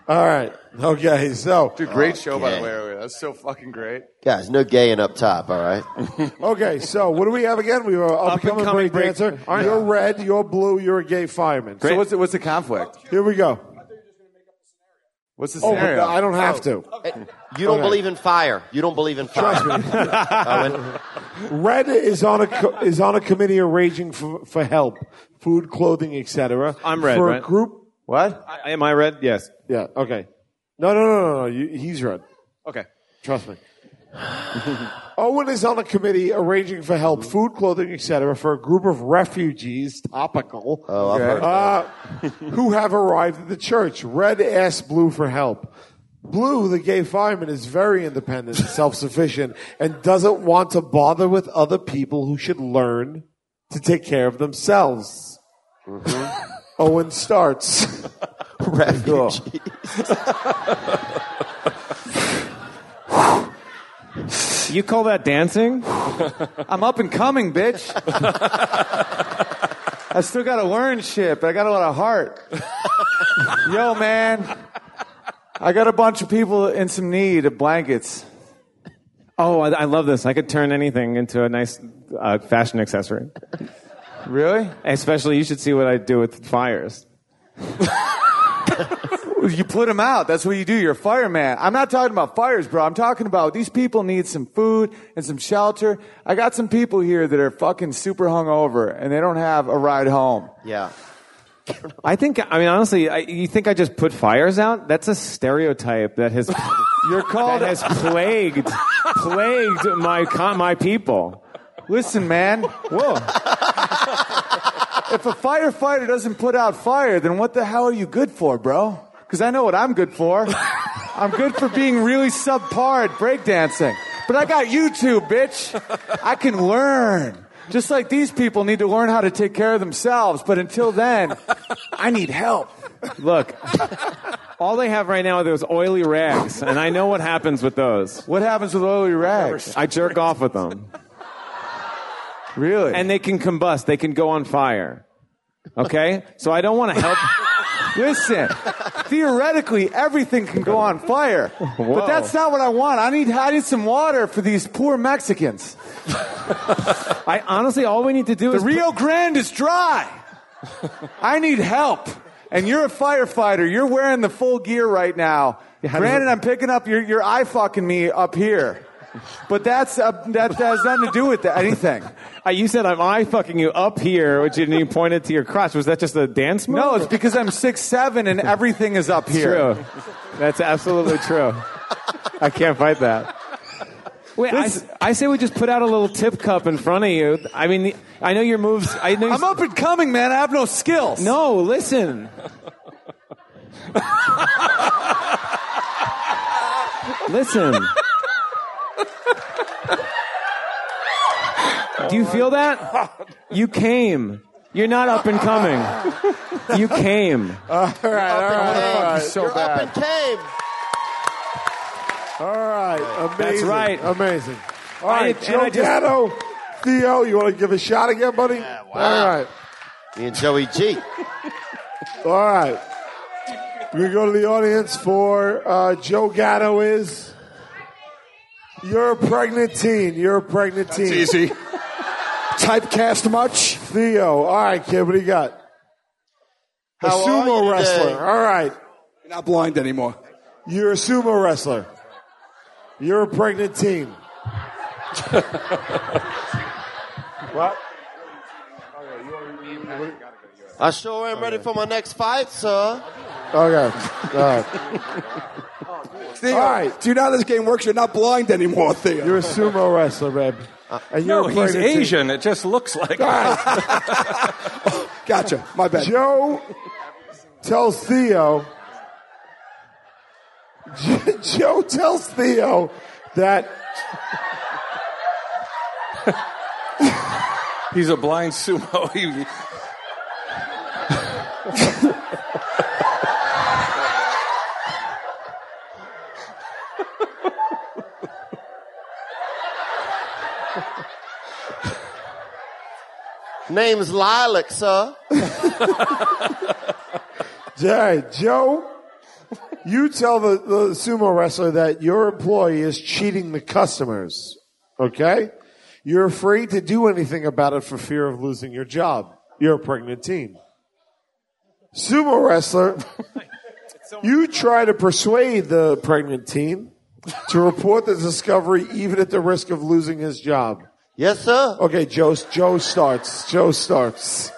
[SPEAKER 4] All right. Okay.
[SPEAKER 8] Oh.
[SPEAKER 4] So
[SPEAKER 9] Great show,
[SPEAKER 8] by the way,
[SPEAKER 9] That's so fucking great.
[SPEAKER 8] Guys, no gaying up top, all right?
[SPEAKER 4] okay. So what do we have again? We have an up and coming
[SPEAKER 17] coming
[SPEAKER 4] break
[SPEAKER 17] break-
[SPEAKER 4] dancer. You're red. You're blue. You're a gay fireman.
[SPEAKER 9] So what's the, what's the conflict?
[SPEAKER 4] Here we go.
[SPEAKER 9] What's the
[SPEAKER 4] Oh, but
[SPEAKER 9] scenario? Oh.
[SPEAKER 4] I don't have to.
[SPEAKER 8] You don't believe in fire. You don't believe in fire. Owen.
[SPEAKER 4] Red is on a co- is on a committee arranging for, for help, food, clothing, etc.
[SPEAKER 17] I'm red,
[SPEAKER 4] for a
[SPEAKER 17] right?
[SPEAKER 4] group.
[SPEAKER 9] what?
[SPEAKER 17] I, am I red? Yes.
[SPEAKER 4] Yeah. Okay. No, no, no, no, no. You, he's red.
[SPEAKER 17] Okay.
[SPEAKER 4] Trust me. Owen is on a committee arranging for
[SPEAKER 8] Hmm.
[SPEAKER 4] help, food, clothing, etc., for a group of refugees. Topical.
[SPEAKER 8] Oh, I've heard that.
[SPEAKER 4] uh, who have arrived at the church. Red asked Blue for help. Blue, the gay fireman, is very independent and self sufficient and doesn't want to bother with other people who should learn to take care of themselves.
[SPEAKER 8] Mm-hmm.
[SPEAKER 4] Owen starts.
[SPEAKER 8] Refugees.
[SPEAKER 17] You call that dancing? I'm up and coming, bitch. I still got to learn shit, but I got a lot of heart. Yo, man. I got a bunch of people in some need of blankets. Oh, I, I love this. I could turn anything into a nice uh, fashion accessory. Really? Especially, you should see what I do with fires.
[SPEAKER 9] You put them out. That's what you do. You're a fireman. I'm not talking about fires, bro. I'm talking about these people need some food and some shelter. I got some people here that are fucking super hungover and they don't have a ride home.
[SPEAKER 8] Yeah.
[SPEAKER 17] I think, I mean, honestly, I, you think I just put fires out? That's a stereotype that has, you're called, has plagued, plagued my, co- my people.
[SPEAKER 9] Listen, man. Whoa. if a firefighter doesn't put out fire, then what the hell are you good for, bro? Because I know what I'm good for. I'm good for being really subpar at breakdancing. But I got YouTube, bitch. I can learn. Just like these people need to learn how to take care of themselves. But until then, I need help.
[SPEAKER 17] Look, all they have right now are those oily rags, and I know what happens with those.
[SPEAKER 9] What happens with oily rags?
[SPEAKER 17] I jerk off with them.
[SPEAKER 9] Really?
[SPEAKER 17] And they can combust, they can go on fire. Okay? So I don't want to help.
[SPEAKER 9] Listen, theoretically, everything can go on fire.
[SPEAKER 17] Whoa.
[SPEAKER 9] But that's not what I want. I need, I need some water for these poor Mexicans.
[SPEAKER 17] I honestly, all we need to do
[SPEAKER 9] the
[SPEAKER 17] is.
[SPEAKER 9] Rio Grande is dry. I need help. And you're a firefighter. You're wearing the full gear right now.
[SPEAKER 17] how does
[SPEAKER 9] Brandon,
[SPEAKER 17] it-
[SPEAKER 9] I'm picking up your, your eye fucking me up here. But that's uh, that, that has nothing to do with that, anything.
[SPEAKER 17] Uh, you said I'm eye fucking you up here, which you didn't even point it to your crotch. Was that just a dance move?
[SPEAKER 9] No, it's because I'm six seven and everything is up here.
[SPEAKER 17] True. That's absolutely true. I can't fight that. Wait, I, I say we just put out a little tip cup in front of you. I mean, the- I know your moves. I know.
[SPEAKER 9] I'm up and coming, man. I have no skills.
[SPEAKER 17] No, listen. listen. Do you feel
[SPEAKER 9] Oh,
[SPEAKER 17] that? You came. You're not up and coming. You came.
[SPEAKER 9] Uh,
[SPEAKER 4] All right, all right, all right.
[SPEAKER 9] so
[SPEAKER 8] You're up and came.
[SPEAKER 4] All right, amazing.
[SPEAKER 17] That's right.
[SPEAKER 4] Amazing. All
[SPEAKER 17] I-
[SPEAKER 4] right,
[SPEAKER 17] and
[SPEAKER 4] Joe
[SPEAKER 17] I just-
[SPEAKER 4] Gatto, Theo, you want to give a shot again, buddy? All right,
[SPEAKER 8] Me and Joey G.
[SPEAKER 4] all right. We're going to the audience for uh, Joe Gatto is. You're a pregnant teen. You're a pregnant teen.
[SPEAKER 7] Easy. Typecast much?
[SPEAKER 4] Theo, all right, kid, what do you got? A
[SPEAKER 8] How are
[SPEAKER 4] sumo
[SPEAKER 8] you
[SPEAKER 4] wrestler.
[SPEAKER 8] today?
[SPEAKER 4] All right.
[SPEAKER 7] You're not blind anymore.
[SPEAKER 4] You're a sumo wrestler. You're a pregnant teen. what?
[SPEAKER 8] I sure am ready for my next fight, sir.
[SPEAKER 4] Okay. All right.
[SPEAKER 7] Theo,
[SPEAKER 4] All right.
[SPEAKER 7] do you know how this game works? You're not blind anymore, Theo. Uh,
[SPEAKER 4] You're a sumo wrestler, babe. And you're
[SPEAKER 6] No,
[SPEAKER 4] a
[SPEAKER 6] he's
[SPEAKER 4] pregnant teen.
[SPEAKER 6] Asian. It just looks like.
[SPEAKER 7] gotcha. My bad.
[SPEAKER 4] Joe tells Theo. Joe tells Theo that
[SPEAKER 6] He's a blind sumo. He-
[SPEAKER 8] Name's Lilac, sir.
[SPEAKER 4] Jerry, Joe, you tell the, the sumo wrestler that your employee is cheating the customers. Okay? You're afraid to do anything about it for fear of losing your job. You're a pregnant teen. Sumo wrestler, you try to persuade the pregnant teen to report the discovery even at the risk of losing his job.
[SPEAKER 8] Yes, sir.
[SPEAKER 4] Okay, Joe, Joe starts. Joe starts.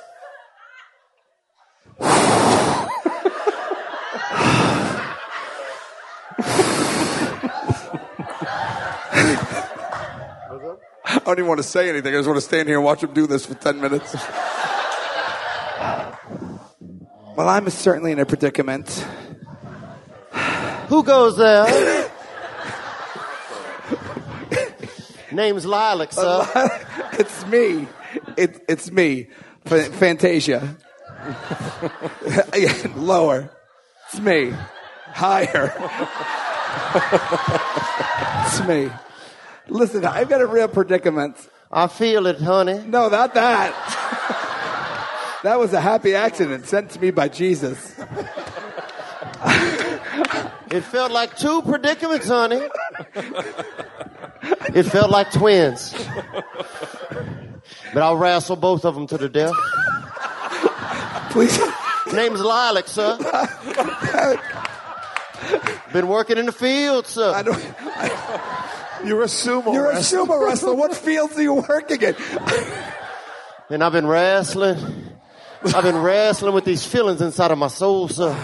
[SPEAKER 7] I don't even want to say anything. I just want to stand here and watch him do this for 10 minutes. well, I'm certainly in a predicament.
[SPEAKER 8] Who goes there? Name's Lilac, sir.
[SPEAKER 7] it's me. It, it's me. F- Fantasia. Lower. It's me. Higher. it's me. Listen, I've got a real predicament.
[SPEAKER 8] I feel it, honey.
[SPEAKER 7] No, not that. that was a happy accident sent to me by Jesus.
[SPEAKER 8] It felt like two predicaments, honey. It felt like twins. But I'll wrestle both of them to the death.
[SPEAKER 7] Please.
[SPEAKER 8] Name's Lilac, sir. Been working in the field, sir. I
[SPEAKER 7] don't,
[SPEAKER 8] You're a sumo
[SPEAKER 7] You're a sumo wrestler. What fields do you work in?
[SPEAKER 8] And I've been wrestling. I've been wrestling with these feelings inside of my soul, sir.